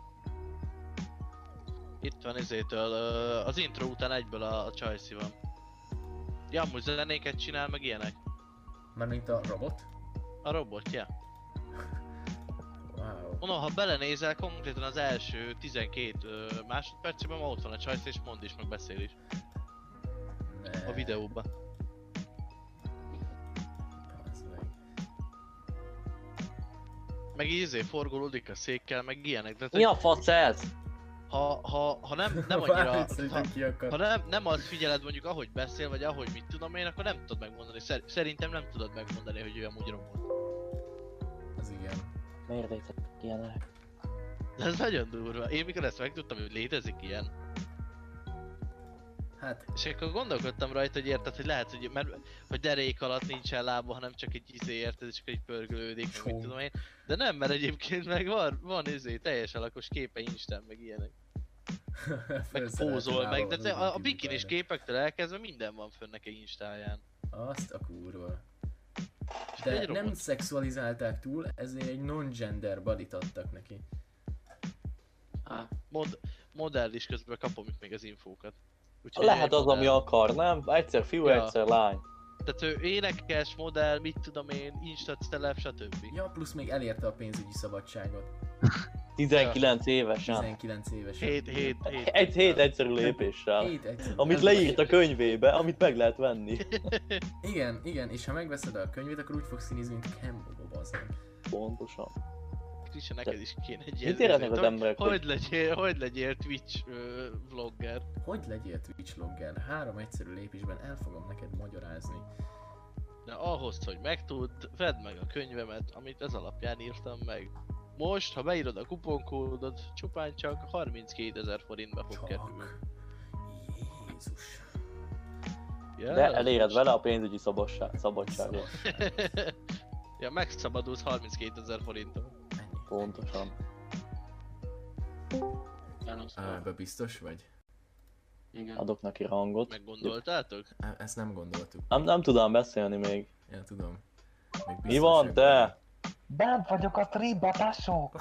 C: Itt van izétől, ö, az intro után egyből a, a csajszi van. Ja, amúgy zenéket csinál, meg ilyenek.
B: Mármint a robot?
C: A robotja.
B: Wow.
C: Mondom, ha belenézel, konkrétan az első 12 ö, másodpercében ma ott van a csajsz, és mond is, meg beszél is
B: Ne,
C: a videóban.
B: bazd meg.
C: Meg így izé forgolódik a székkel, meg ilyenek, de
E: Mi a fasz ez?
C: ha, ha, ha nem, nem annyira,
B: Várj, szerintem
C: ha,
B: ki akar.
C: ha nem, nem azt figyeled mondjuk ahogy beszél, vagy ahogy mit tudom én, akkor nem tudod megmondani, Szer- szerintem nem tudod megmondani, hogy ő amúgy robot.
B: Az igen.
E: Miért léteznek ilyenek?
C: De ez nagyon durva, én mikor ezt megtudtam, hogy létezik ilyen.
B: Hát,
C: És akkor gondolkodtam rajta, hogy érted, hogy lehet, hogy, mert, hogy derék alatt nincsen lába, hanem csak egy izé érted, és csak egy pörgölődik, meg
B: Fú.
C: mit tudom én. De nem, mert egyébként meg van, van izé, teljes alakos képe Instán, meg ilyenek. Meg
B: felszereltem
C: pózol meg,
B: lábam,
C: de te-
B: úgy
C: a, a
B: kívül
C: bikinis
B: felnőtt.
C: képektől elkezdve minden van fönn neki Instáján.
B: Azt a kurva.
C: És
B: De
C: egy
B: nem
C: robot.
B: szexualizálták túl, ezért egy non-gender badit adtak neki.
D: Á,
C: mod- modell is közben kapom itt még az infókat. Úgyhogy
E: Lehet
C: egy
E: az, ami
C: modell.
E: akar, nem? Egyszer fiú,
C: Ja.
E: egyszer lány.
C: Tehát ő énekes, modell, mit tudom én, insta celeb, stb.
B: Ja, plusz még elérte a pénzügyi szabadságot.
E: 19 évesen.
B: 19 évesen.
C: 7, 7, 7.
E: Egy hét egyszerű lépéssel.
B: Hét egyszerű.
E: Amit
B: Ez-
E: leírt a könyvébe, amit meg lehet venni.
B: Igen, igen, és ha megveszed a könyvét, akkor úgy fogsz színizni, mint Kembo bazen.
E: Pontosan.
C: Krisha, neked is kéne egy
E: Mit éreznek az
C: hogy-
E: emberek,
C: Hogy
E: hogy
C: legyél, hogy legyél Twitch ö, vlogger?
B: Hogy legyél Twitch logger? Három egyszerű lépésben el fogom neked magyarázni.
C: Na ahhoz, hogy megtudd, vedd meg a könyvemet, amit ez alapján írtam meg. Most, ha beírod a kuponkódot, csupán csak 32 ezer forintba fog kerülni.
B: Csak. Jézus.
C: Ja,
E: de eléred vele a
B: Szóval-
E: pénzügyi szabadság, szabadságot.
B: Szabadság.
C: ja, megszabadulsz 32 ezer forinton.
E: Pontosan.
D: Utána szóval.
B: Á, Ebbe biztos vagy?
D: Igen.
E: Adok neki hangot.
C: Meggondoltátok?
B: Á, Ezt nem gondoltuk.
E: Nem, nem tudom beszélni még.
B: Én tudom. Még
E: Mi van, te?
F: Bent vagyok a streambe, tesó!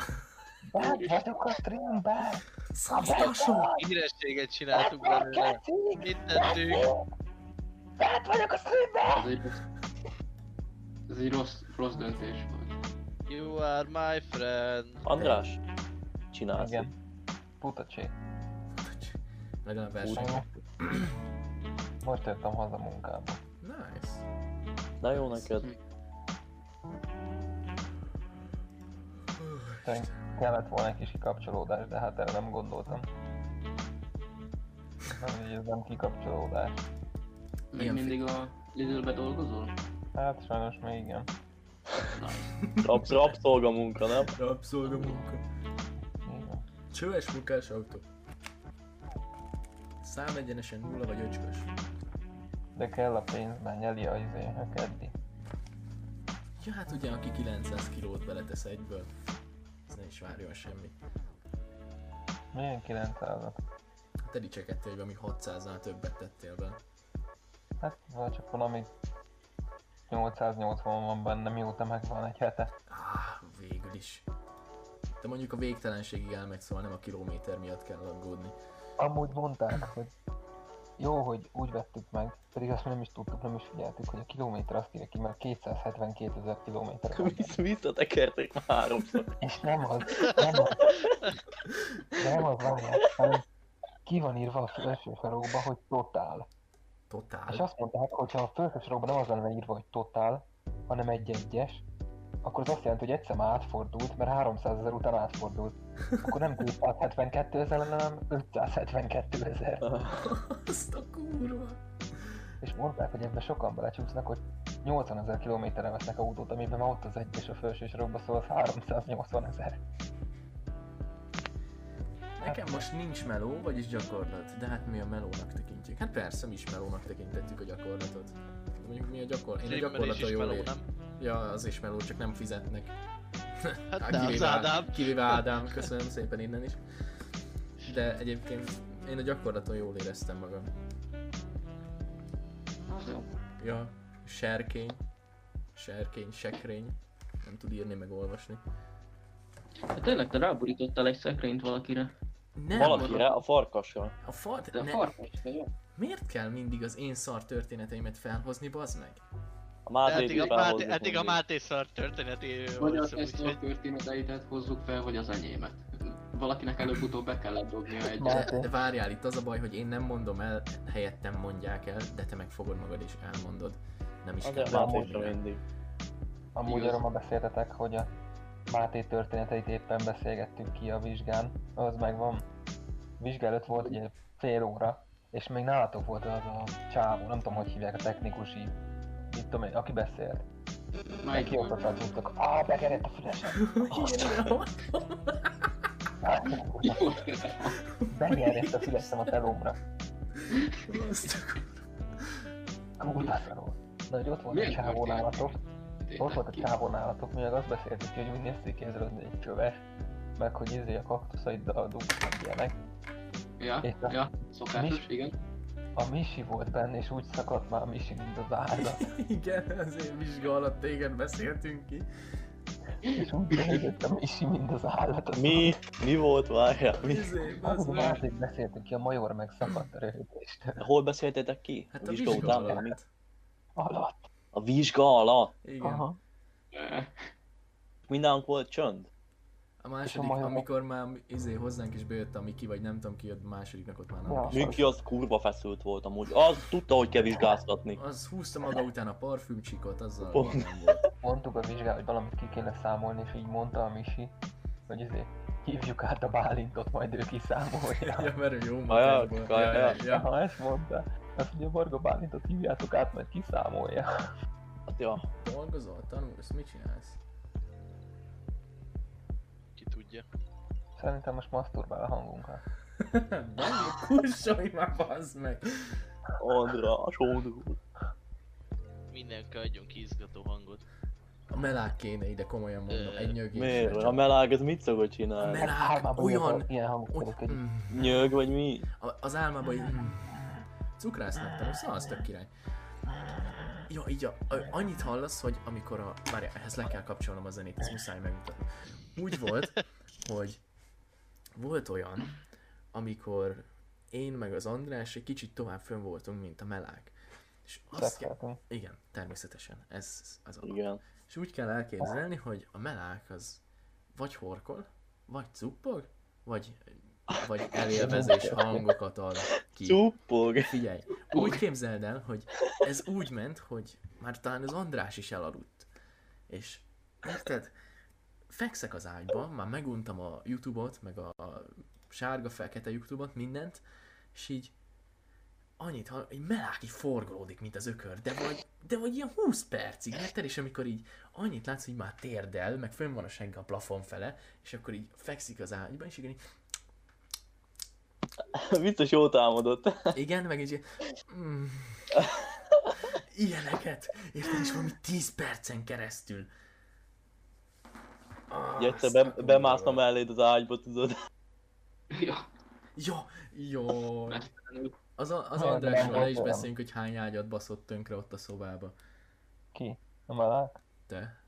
F: Bent vagyok a streambe! A
B: Szarvasó!
C: Hírességet csináltuk belőle.
F: Bent
C: Mit tettünk?
F: vagyok a streambe!
D: Ez egy, ez egy rossz, rossz döntés volt.
C: You are my friend.
E: András? Csinálsz.
F: Igen. Puta csé.
B: Legalább verseny.
F: Most jöttem haza munkába.
B: Nice.
E: Na jó neked.
B: Hú,
F: Szerint kellett volna egy kis kikapcsolódás, de hát erre nem gondoltam. Nem, hogy ez nem kikapcsolódás.
D: Még
B: Ilyen
D: mindig a Lidlbe dolgozol?
F: Hát sajnos még igen.
E: Rabsz, rabszolga munka, nem?
B: Rabszolga munka.
F: igen.
B: Csöves munkás autó. Szám egyenesen nulla vagy öcskös.
F: De kell a pénz, már nyeli a izé, a keddi.
B: Ja, hát ugye, aki 900 kilót beletesz egyből, az ne is várjon semmit.
F: Milyen 900
B: Hát Edi csekedtél, hogy valami 600-nál többet tettél be.
F: Hát vagy csak valami 880 van benne, mióta megvan egy hete.
B: Áh, végül is. De mondjuk a végtelenségig elmegy, szóval nem a kilométer miatt kell aggódni.
F: Amúgy mondták, hogy jó, hogy úgy vettük meg, pedig azt nem is tudtuk, nem is figyeltük, hogy a kilométer azt írja ki, mert 272 ezer kilométer van.
E: Visz- Visszatekerték már háromszor.
F: És nem az, nem az, nem az, várjál, hanem ki van írva a felső sarokba, hogy totál. És
B: Totál.
F: azt mondták, hogy ha a felső sarokban nem az lenne írva, hogy totál, hanem egy egyes, akkor az azt jelenti, hogy egyszer már átfordult, mert 300 ezer után átfordult. Akkor nem 272 ezer lenne, hanem 572 ezer.
B: Azt a kurva.
F: És mondták, hogy ebben sokan belecsúsznak, hogy 80 ezer kilométerre vesznek autót, amiben már ott az egyes a felső sarokba, szóval az 380 ezer.
B: Nekem most nincs meló, vagyis gyakorlat. De hát mi a melónak tekintjük? Hát persze, mi is melónak tekintettük a gyakorlatot. De mondjuk mi a gyakorlat? Én a
C: Streamelés
B: gyakorlatot
C: is
B: jól
C: meló,
B: ér.
C: nem?
B: Ja, az is meló, csak nem fizetnek.
C: Hát
B: Á,
C: nem, az
B: kivéve
C: Ádám.
B: Kivéve Ádám, köszönöm szépen innen is. De egyébként én a gyakorlaton jól éreztem magam.
D: Az jó.
B: Ja, serkény. Serkény, sekrény. Nem tud írni, meg olvasni.
D: Hát tényleg te ráborítottál egy szekrényt valakire.
B: Nem,
E: Valakire, a farkasra.
B: a fart...
D: De a
B: ne-
D: farkas, vagy jó?
B: Miért kell mindig az én szar történeteimet felhozni, bazd meg?
E: A
C: De
E: Máté
C: Eddig a
E: Bibához
C: Máté, eddig a
E: mindig.
C: Máté szar történetéről
D: Vagy
C: volt
D: az
C: szó, szóval, úgyhogy
D: Eszter történeteidet hozzuk fel, vagy az enyémet. Valakinek előbb-utóbb be kellett dobnia egy.
F: Máté,
B: De várjál, itt az a baj, hogy én nem mondom el, helyettem mondják el, de te meg fogod magad és elmondod. Nem is
E: Azért
B: kell
E: Mátékra
B: elmondani.
E: mindig.
F: amúgy
D: igaz.
F: arról ma beszéltetek, hogy a Máté történeteit éppen beszélgettük ki a vizsgán. Az megvan. Vizsga előtt volt egy fél óra, és még nálatok volt az a csávó, nem tudom, hogy hívják a technikusi, mit tudom én, aki beszélt.
D: Már
F: Neki
D: egy
F: ott tartottak, á, begerett a fülesem. Á,
D: jó.
F: Begerett a fülesem a telómra.
B: Azt a kurva.
F: Kurva szarul. Na, hogy ott volt a
D: Milyen
F: csávó
D: történet?
F: nálatok, ott volt a
D: Ki?
F: csávó nálatok, mi meg azt beszéltük ki, hogy úgy néz ki ezelőtt, mint egy köves, meg hogy izé a kaktuszaiddal dugnak ilyenek.
D: Ja,
F: Itt a-
D: ja, szokásos, igen.
F: A Misi volt benne, és úgy szakadt már a Misi, mint az árda.
B: Igen, azért vizsga alatt téged beszéltünk ki.
F: És úgy nézett a Misi, mint az állat. Az
E: Mi? Mi volt? Várjál, mi?
B: Izé, bazd
F: Azon
B: meg.
F: már beszéltünk ki, a major meg szakadt a röhögést
E: Hol beszéltétek ki?
B: Hát a vizsga
E: vagy mi?
B: alatt.
F: alatt.
E: A vizsga alatt?
B: Igen.
F: Aha.
D: Eh,
E: Mindánk volt csönd?
B: A második,
F: majom-
B: amikor már izé hozzánk is bejött a Miki, vagy nem tudom ki, a másodiknak ott már nem.
F: Ja.
E: Miki az kurva feszült volt amúgy. Az tudta, hogy kell vizsgáztatni.
B: Az húzta maga után a parfümcsikot, azzal
E: Pont.
B: gond nem volt.
F: Mondtuk a vizsgál, hogy valamit ki kéne számolni, és így mondta a Misi, hogy izé, hívjuk át a Bálintot, majd ő kiszámolja.
B: Ja, mert ő jó
E: Kajak,
B: magából.
E: kajak.
B: ja.
F: Ha ezt mondta, azt ugye Varga Bálintot hívjátok át, majd kiszámolja.
E: Hát, ja.
B: Dolgozol, tanulsz, mit csinálsz?
C: ki tudja.
F: Szerintem most masturbál a hangunkat.
B: Bani, kussolj már, bazd meg!
E: András, András.
C: Mindenki adjon ki izgató hangot.
B: A melák kéne ide, komolyan mondom,
C: Ö,
B: egy nyögés.
E: Miért? A melág az mit szokott
B: A
E: csinálni?
B: melák
F: Álmában
B: olyan,
F: ilyen- Ilyen hangok
B: oly-
F: tudok, hogy
B: mm,
E: Nyög vagy mi?
B: a- az álmában, hogy mm, cukrásznak tanulsz, na az tök király. Ja, így a, a, annyit hallasz, hogy amikor a... Várjál, ehhez le kell kapcsolnom a zenét, ezt muszáj megmutatni. Úgy volt, hogy volt olyan, amikor én meg az András egy kicsit tovább fönn voltunk, mint a melák. És azt kell...
F: szexeltünk.
B: Igen, természetesen, ez az alap.
E: Igen.
B: És úgy kell elképzelni, hogy a melák az vagy horkol, vagy cuppog, vagy, vagy elélvezés hangokat ad ki.
E: Csupog.
B: Figyelj, úgy képzeld el, hogy ez úgy ment, hogy már talán az András is elaludt. És érted, fekszek az ágyban, már meguntam a Youtube-ot, meg a sárga-fekete Youtube-ot, mindent, és így annyit, ha egy melák így forgolódik, mint az ökör, de vagy, de vagy ilyen 20 percig, érted? És amikor így annyit látsz, hogy már térdel, meg fönn van a segge a plafon fele, és akkor így fekszik az ágyban, és igen, így,
E: Biztos jó támadott.
B: igen, meg így mm, ilyeneket, érted, és valami 10 percen keresztül. Ah,
E: Ugye egyszer be, bemászna melléd az ágyba, tudod.
D: Ja,
B: Jó, jó.
D: mesztelenül.
B: Az, a- az
F: Olyan
B: Andrásról le is
F: nem.
B: beszélünk, hogy hány ágyat baszott tönkre ott a szobába.
F: Ki? A melák?
B: Te.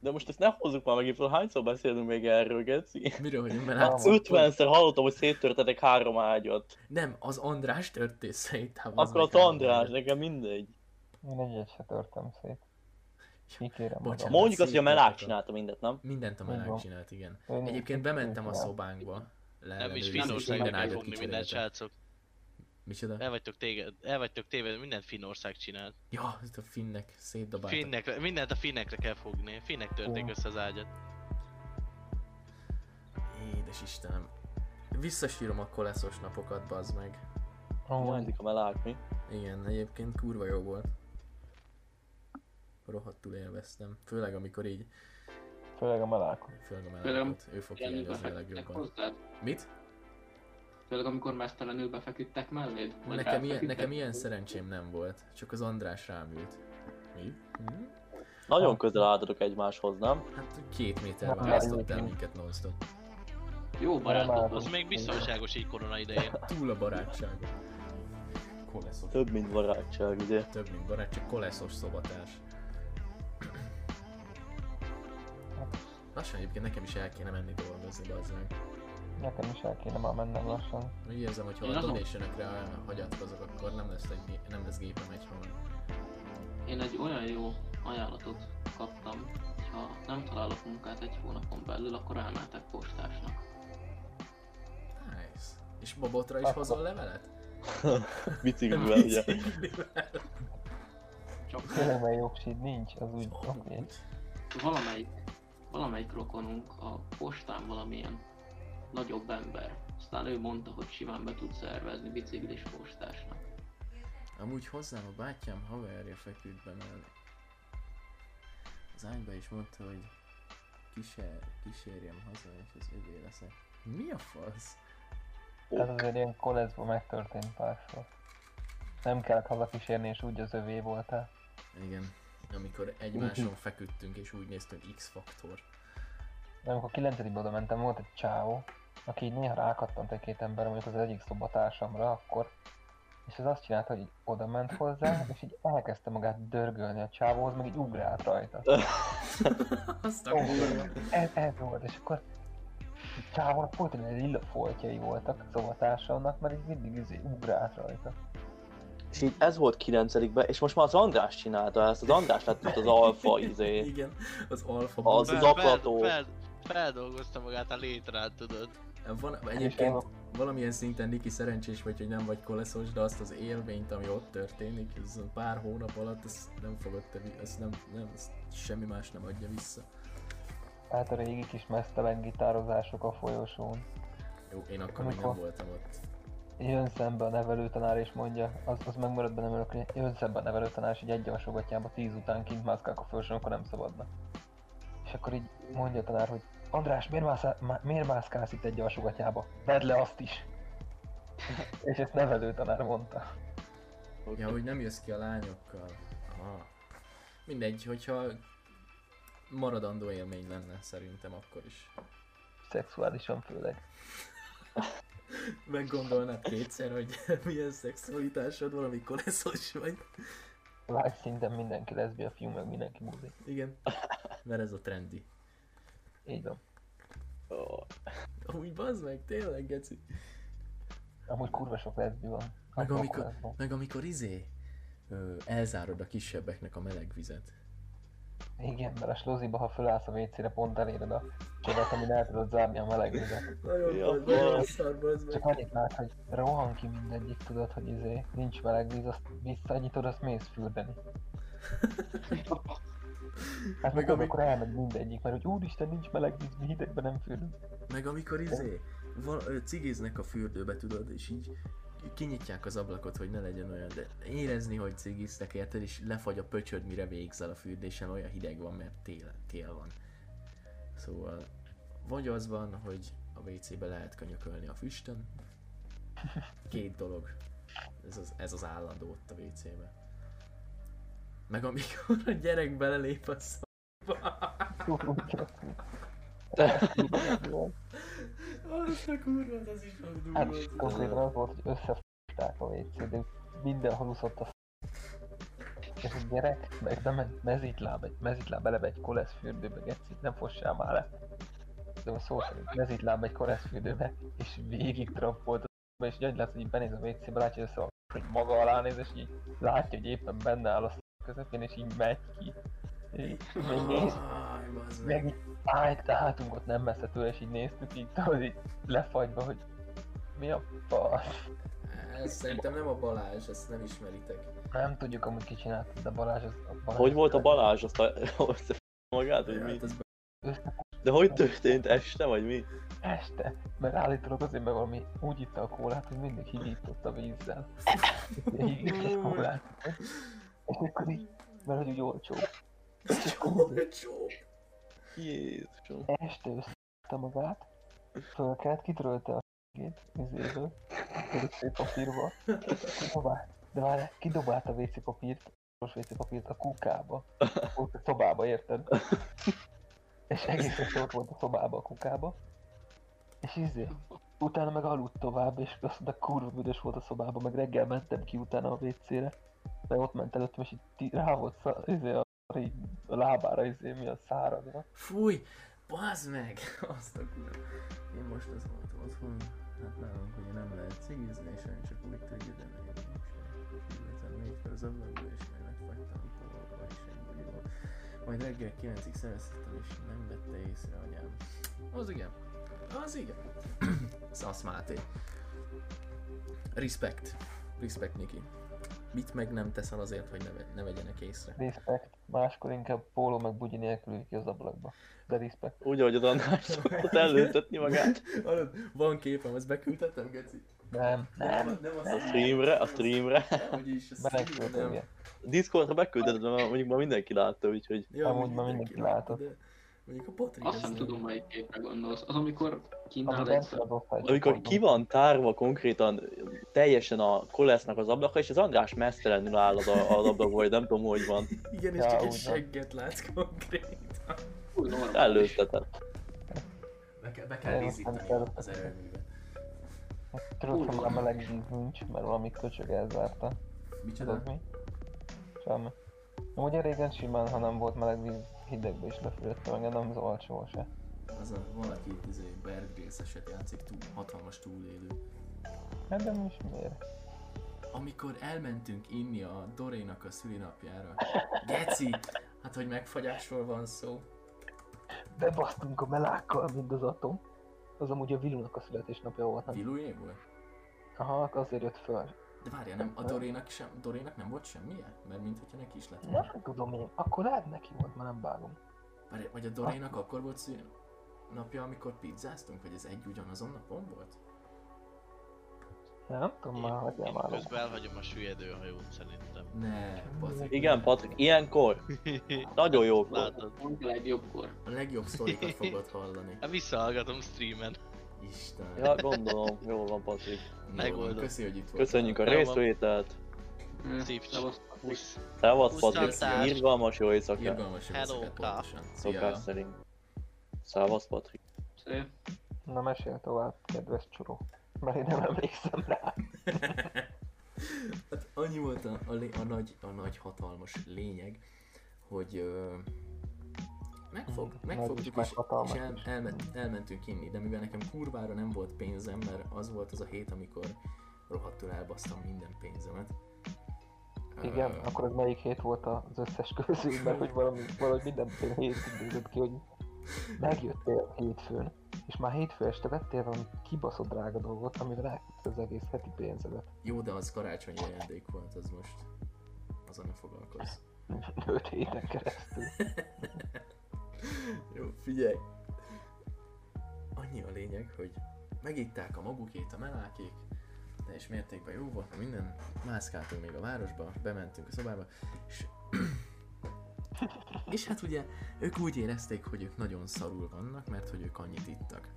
E: De most ezt ne hozzuk már megint fel, hányszor beszélünk még erről, Geci?
B: Miről vagyunk belátsz?
F: Amúgy.
E: 50-szer hallottam, hogy széttörtetek három ágyat.
B: Nem, Hát az András törtészeit. hát az
E: Akkor az
B: nekem
E: András,
B: van.
E: nekem mindegy.
F: Én egyet se törtem szét. Kikérem
B: Bocsánat.
F: magam.
E: Mondjuk azt, hogy a melák csinálta mindet, nem?
B: Mindent a
F: Így van.
B: melák csinált, igen.
F: Én-
B: Egyébként bementem a
F: Igen.
B: szobánkba.
C: Nem is
B: leellenőrizni, és
C: Finországnak
B: minden
C: kell
B: ágyat
C: fogni minden
B: kicseréltem.
C: srácok.
B: Micsoda?
C: El vagytok, téged, el vagytok téved, mindent Finnország csinált.
B: Ja, itt a finnek szétdobáltak.
C: Finnekre, mindent a finnekre kell fogni. Finnek törték
F: Jó.
C: össze az ágyat.
B: Édes Istenem. Visszasírom a koleszos napokat, bazd meg.
F: Amúgy
E: Hiányzik a melák, mi?
B: Igen, egyébként kurva jó volt. Rohadtul élveztem. Főleg amikor így,
F: főleg a melák.
B: főleg a
D: Főleg am-
B: mellákot, ő fog
D: Ilyen, amikor
B: kiegyezni a
D: feküdtek
B: legjobban.
D: hozzád.
B: Mit?
D: Főleg amikor mesztelenül befeküdtek melléd. vagy
B: Nekem ilyen,
D: ráfeküdtek.
B: nekem ilyen szerencsém nem volt, csak az András rám ült. Mi? Hm?
E: Nagyon közel álltatok egymáshoz, nem?
B: Hát két méter
F: Nem,
B: választott el
F: nem.
B: minket non -stop.
D: Jó barátod.
C: Az még biztonságos így korona idején.
B: Túl a barátság. Koleszos.
E: Több, mint barátság, ugye?
B: Több mint barát, csak koleszos szobatárs. Lassan egyébként nekem is el kéne menni dolgozni, az meg.
F: Nekem is el kéne már mennem lassan.
B: Úgy érzem, hogy ha
D: Én
B: a
D: azon-
B: donationekre hagyatkozok, akkor nem lesz, egy, gé- nem lesz gépem egy hónap.
D: Én egy olyan jó ajánlatot kaptam, ha nem találok munkát egy hónapon belül, akkor elmentek postásnak.
B: Nice. És Bobotra is hozol levelet?
E: Biciklivel, ugye?
B: Biciklivel.
D: Csak
F: Tényleg már jogsid nincs, az úgy oké.
B: Úgy.
D: valamelyik, valamelyik rokonunk a postán valamilyen nagyobb ember. Aztán ő mondta, hogy simán be tud szervezni biciklis postásnak.
B: Amúgy hozzám a bátyám haverja feküdt be mellé. Az ágyba is mondta, hogy kísér, kísérjem haza, és az övé leszek. Mi a fasz?
F: Ez azért ilyen koleszban megtörtént párszor. Nem kellett hazakísérni, és úgy az övé voltál.
B: Igen, amikor egymáson feküdtünk, és úgy néztünk X-faktor.
F: De amikor 9 oda mentem, volt egy csávó, aki így néha rákattant egy-két emberre, mondjuk az egyik szobatársamra akkor, és ez azt csinálta, hogy így oda ment hozzá, és így elkezdte magát dörgölni a csávóhoz, meg így ugrált rajta.
B: Azt
F: Oh.
B: a kurva.
F: ez, ez volt, és akkor a csávónak volt, hogy lila foltjai voltak a szobatársamnak, mert így mindig izé ugrált rajta.
E: És így ez volt 9 be és most már az András csinálta ezt, az András lett ott az alfa izé.
B: Igen, az alfa bot.
E: Az
C: Fel-
E: zaklató.
C: fel- Feldolgozta magát a létrát, tudod.
B: Van,
F: És
B: egyébként
F: el-
B: valamilyen szinten Niki szerencsés vagy, hogy nem vagy koleszos, de azt az élményt, ami ott történik, ez a pár hónap alatt, ezt nem fogod te, vi- ezt nem, nem, ezt semmi más nem adja vissza.
F: Hát a régi kis mesztelen gitározások a folyosón.
B: Jó, én akkor még nem
F: Amikor-
B: voltam ott.
F: Jön szembe a nevelőtanár és mondja, az, az megmarad benne, mert akkor jön szembe a nevelőtanár és így egyasogatjába tíz után kint mászkálok a fölsőn, akkor nem szabadna. És akkor így mondja a tanár, hogy András, miért, mászá, má, miért mászkálsz itt egyasogatjába? Vedd le azt is! és ezt nevelőtanár mondta.
B: Ja, hogy nem jössz ki a lányokkal. Aha. Mindegy, hogyha maradandó élmény lenne szerintem akkor is.
F: Szexuálisan főleg.
B: Meggondolnád kétszer, hogy milyen szexualitásod van, amikor leszos vagy.
F: Live szinten mindenki leszbia fiú, meg mindenki buzik.
B: Igen, mert ez a trendi.
F: Így van.
E: Ó,
B: Amúgy bazd meg, tényleg, geci.
F: Amúgy kurva sok leszbi van.
B: Meg
F: Akkor
B: amikor,
F: lesz van.
B: meg amikor izé, ö, elzárod a kisebbeknek a meleg vizet.
F: Igen, mert a sloziba, ha fölállsz a WC-re, pont eléred a csodát, amin el tudod zárni a meleg vizet.
B: Nagyon
E: Ja,
B: bazd,
E: bazd.
B: nagyon szar, bazd
F: Csak
B: meg.
F: annyit lát, hogy rohan ki mindegyik, tudod, hogy izé, nincs meleg víz, azt visszanyitod, azt mész fürdeni.
B: Meg
F: Hát meg
B: ami-
F: amikor elmegy mindegyik, mert hogy úristen, nincs meleg víz, mi hidegben nem fürdünk.
B: Meg amikor izé, val- ö, cigiznek a fürdőbe, tudod, és így kinyitják az ablakot, hogy ne legyen olyan, de érezni, hogy cigiztek, érted, és lefagy a pöcsöd, mire végzel a fürdésen, olyan hideg van, mert tél, tél van. Szóval, vagy az van, hogy a WC-be lehet könyökölni a füstön. Két dolog. Ez az, ez az állandó ott a WC-be. Meg amikor a gyerek belelép a szobába. Azt a kurva, az is fog
F: Hát és konkrétan az volt, hogy összefosták a WC-t, de mindenhol úszott a f***. És a gyerek, meg bement mezitláb, egy mezitláb eleve egy kolesz fürdőbe, geci, nem fossál már le. De a szó szerint mezitláb egy kolesz fürdőbe, és végig trampolt a f***ba, és úgy látsz, hogy így benéz a WC-be, látja össze a f***, hogy maga alá néz, és így látja, hogy éppen benne áll a f*** közepén, és így megy ki. Így, még néz,
B: Aj, bazd meg.
F: meg így állt a hátunk ott nem messze tőle, és így néztük így, tudod, így lefagyva, hogy mi a fasz.
B: Ez szerintem nem a Balázs, ezt nem ismeritek.
F: Nem tudjuk amúgy ki csinált, de Balázs az a Balázs.
E: Hogy volt a Balázs? Azt a... azt a magát, hogy mi?
B: Hát ez
E: De hogy történt este, vagy mi?
F: Este, mert állítólag azért meg valami úgy itta a kólát, hogy mindig higított a vízzel. Így itta a kólát. És akkor így, mert hogy úgy olcsó.
B: olcsó.
E: Jézusom.
F: Este össze magát, fölkelt, kitörölte a s***ét vizéből, WC papírba, kidobált, de várj, kidobált a WC papírt, most WC papírt a kukába, ott a szobába, érted? És egész este ott volt a szobába, a kukába, és izé, utána meg aludt tovább, és azt mondta, kurva büdös volt a szobába, meg reggel mentem ki utána a WC-re, meg ott ment előttem, és így ti- rá volt szá, izé, a, a lábára, izé, mi a száradra.
B: Fúj, bazd meg! Azt a kurva. Én most az voltam otthon. Hát nálunk ugye nem lehet cigizni, és én csak úgy tudjuk, de meg én is. Kiültem még fel az ablakból, és meg megfagytam polóba, és egy bugyiból. Majd reggel 9-ig szereztettem, és nem vette észre anyám. Az igen. Az igen. Szasz Máté. Respect. Respect, Niki. Mit meg nem teszel azért, hogy ne, ve- ne vegyenek észre?
F: Respekt. Máskor inkább póló meg bugyi nélkül ül ki az ablakba. De respekt.
E: Úgy, ahogy az András szokott előtetni magát.
B: Hallod, van képem, ezt beküldhetem, Geci?
F: Nem, nem.
B: nem az
E: A streamre, a streamre.
B: Hogy is, a streamre
F: Menekültem,
B: nem.
F: igen.
E: Discordra beküldted, mert mondjuk ma mindenki látta, úgyhogy...
B: Ja,
F: Amúgy már mindenki látta.
B: de Mondjuk a Patrik
D: Azt
B: az
D: nem tudom, melyik képre gondolsz. Az, amikor kint áll
F: Amúgy nem
D: egyszer.
F: tudod osztályt.
E: Amikor ki van tárva konkrétan teljesen a kolesznak az ablaka, és az András mesztelenül áll az, a, az ablakba, vagy nem tudom, hogy van.
B: Igen, és
F: Ja,
B: csak egy
F: úgy van.
B: segget látsz konkrétan.
D: Úgy normális.
E: Előttetett.
B: Be, kell- be kell
F: Én
B: nézíteni
F: aztán-
B: az erőművet.
F: Hát, Tudod, hogy már meleg víz nincs, mert valami köcsög elzárta. Tudod
B: Micsoda?
F: mi? Semmi. Ugye régen simán, ha nem volt meleg víz, hidegbe is lefürödtem, engem nem zavart sohasem.
B: Az a valaki itt izé Bear Grylls-eset játszik, túl, hatalmas túlélő.
F: Hát de most miért?
B: Amikor elmentünk inni a Dorénak a szülinapjára. Geci! Hát, hogy megfagyásról van szó.
F: Bebasztunk a melákkal, mint az atom. Az amúgy a Vilunak a születésnapja volt, nem?
B: Vilújé volt?
F: Aha, azért jött föl.
B: De várjál, nem, a Dorénak, sem, Dorénak nem volt semmije? Mert mint hogyha neki is lett volna.
F: Nem tudom én, akkor lehet neki volt, már nem vágom.
B: Várj, vagy a Dorénak akkor volt szüli napja, amikor pizzáztunk, vagy ez egy ugyanazon napon volt?
F: Nem, nem tudom már, hagyjál
C: Én
F: már.
C: közben elhagyom a süllyedő hajót szerintem.
B: Ne, Patrik.
E: Igen, Patrik, ilyenkor nagyon jók volt.
C: Látod?
D: Pont a legjobbkor.
B: A legjobb sztorikat fogod hallani.
C: Hát visszahallgatom streamen.
B: Isten.
E: Ja, gondolom, jól van Patrik.
B: Jó,
C: megoldott.
B: Köszi, hogy itt voltál.
E: Köszönjük a
C: Jól van.
E: részvételt.
D: Mm,
C: Szívcs.
D: szevasztok.
C: Pusz.
E: Szevasz, Patrik,
B: Pusztantás.
E: irgalmas jó éjszakát.
B: Irgalmas
C: Hello,
B: részeket
C: Ka.
B: pontosan.
E: Szokás
B: Szia.
E: szerint. Szevasz, Patrik.
D: Szép.
F: Na mesél tovább, kedves csuró. Mert én nem emlékszem rá.
B: hát annyi volt a, a, lé- a, nagy, a nagy hatalmas lényeg, hogy ö, megfog,
F: Hmm, Nagy is,
B: megfogtuk
F: meg
B: és,
F: hatalmas
B: és el,
F: is.
B: elment, elmentünk inni, de mivel nekem kurvára nem volt pénzem, mert az volt az a hét, amikor rohadtul elbasztam minden pénzemet.
F: Igen,
B: Ö,
F: akkor az melyik hét volt az összes közül, mert hogy valami, valahogy minden fél hét időzött ki, hogy megjöttél hétfőn, és már hétfő este vettél valami kibaszott drága dolgot, amivel elküldted az egész heti pénzedet.
B: Jó, de az karácsonyi ajándék volt, az most azon ne foglalkozz.
F: 5 héten keresztül.
B: Jó, figyelj! Annyi a lényeg, hogy megitták a magukét a melákék, teljes mértékben jó volt, meg minden, mászkáltunk még a városba, bementünk a szobába, és... és hát ugye, ők úgy érezték, hogy ők nagyon szarul vannak, mert hogy ők annyit ittak.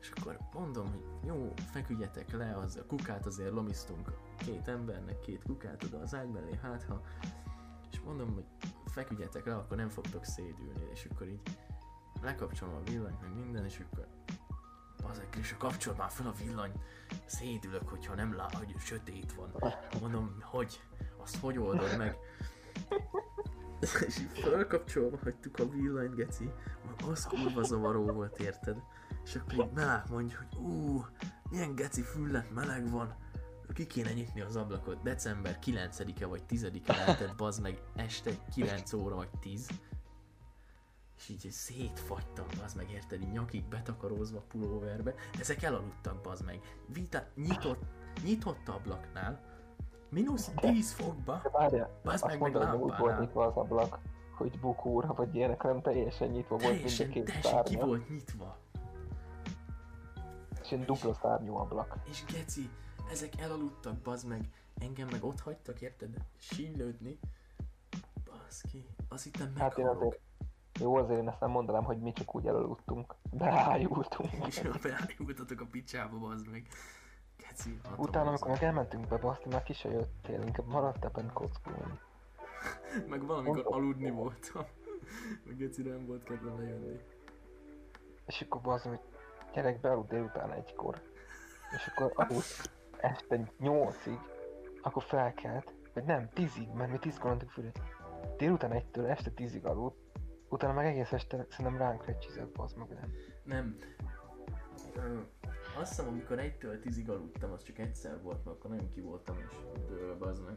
B: És akkor mondom, hogy jó, feküdjetek le, az a kukát azért lomisztunk két embernek, két kukát oda az ágy mellé, hát ha... És mondom, hogy feküdjetek le, akkor nem fogtok szédülni, és akkor így lekapcsolom a villanyt, meg minden, és akkor azért és kapcsol már fel a villany, szédülök, hogyha nem lá, hogy sötét van. Mondom, hogy, azt hogy oldod meg? és így felkapcsolva hagytuk a villanyt, geci, Ma az kurva zavaró volt, érted? És akkor így melák mondja, hogy ú, milyen geci füllet meleg van, ki kéne nyitni az ablakot. December 9-e vagy 10-e lehetett, bazd meg este 9 óra vagy 10. És így szétfagytam, bazd meg, érted? Így nyakig betakarózva pulóverbe. Ezek elaludtak, bazd meg. Vita, nyitott, nyitott ablaknál, mínusz 10 fokba,
F: De várjál,
B: bazd
F: azt
B: meg, meg
F: mondod, hogy úgy volt
B: lámpánál.
F: nyitva az ablak, hogy bukóra, vagy ilyenek, nem teljesen nyitva volt mind a
B: Teljesen,
F: két
B: teljesen ki
F: szárnya.
B: volt nyitva.
F: És egy dupla szárnyú ablak.
B: És geci, ezek elaludtak, bazd meg. Engem meg ott hagytak, érted? Sínylődni. Baszki, azt hittem
F: Hát én
B: meghalok.
F: azért... Jó, azért én ezt nem mondanám, hogy mi csak úgy elaludtunk. Beájultunk.
B: És már beállultatok a picsába, bazd meg. Geci, hatalmas.
F: Utána, amikor meg elmentünk be, baszti, már ki se jöttél, inkább maradtál bent kockulni.
B: Meg valamikor aludni voltam. Meg geci nem volt kedvem lejönni.
F: És akkor bazd, hogy gyerek bealud délután egykor. És akkor aludt este nyolcig, akkor felkelt, vagy nem, tízig, mert mi tízkor mentünk fürödni. Délután egytől este tízig aludt, utána meg egész este szerintem ránk recsizett, bazd meg nem.
B: Nem. Ö, azt hiszem, amikor 1-től 10-ig aludtam, az csak egyszer volt, mert akkor nagyon ki voltam, és dőlve az meg.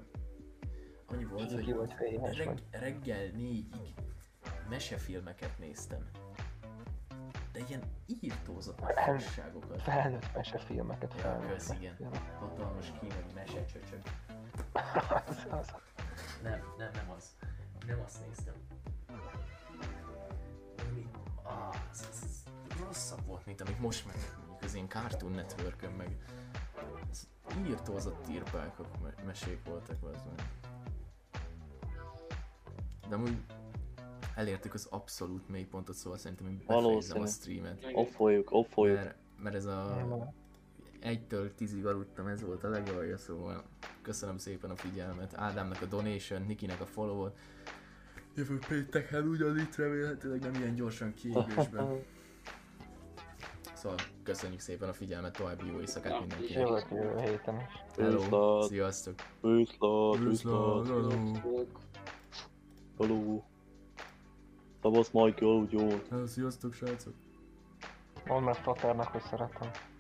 B: Annyi volt,
F: Ki
B: hogy
F: vagy fényes
B: reg-
F: vagy.
B: reggel négyig mesefilmeket néztem. De ilyen írtózatlan fasságokat.
F: Felnőtt mesefilmeket,
B: Ja,
F: felnőtt
B: kösz, igen.
F: mesefilmeket.
B: Hatalmas kínai mesecsöcsök.
F: Az- az-
B: Nem, nem, nem az. Nem azt néztem. Ami, ah, ez, ez, ez rosszabb volt, mint amit most meg mondjuk az én Cartoon network meg ez írtózott írpákok me- mesék voltak az meg. De amúgy elértük az abszolút mélypontot, szóval szerintem én befejezem
E: Valószínű.
B: a streamet.
E: Offoljuk, offoljuk.
B: Mert, mert ez a
F: Nem.
B: 1-től 10-ig aludtam, ez volt a legalja, szóval köszönöm szépen a figyelmet. Ádámnak a donation, Nikinek a follow-ot. Jövő pénteken ugyanitt remélhetőleg nem ilyen gyorsan kiégésben. Szóval köszönjük szépen a figyelmet, további jó éjszakát mindenkinek.
F: Jövök jövő héten is.
B: Hello,
E: Viszlát.
B: sziasztok!
E: Üszlát,
B: Viszlát,
E: üszlát,
B: hello.
E: alú. Szevasz, Mike, aludj jól.
B: Hello, sziasztok srácok!
F: Mondd meg Faternak, hogy szeretem.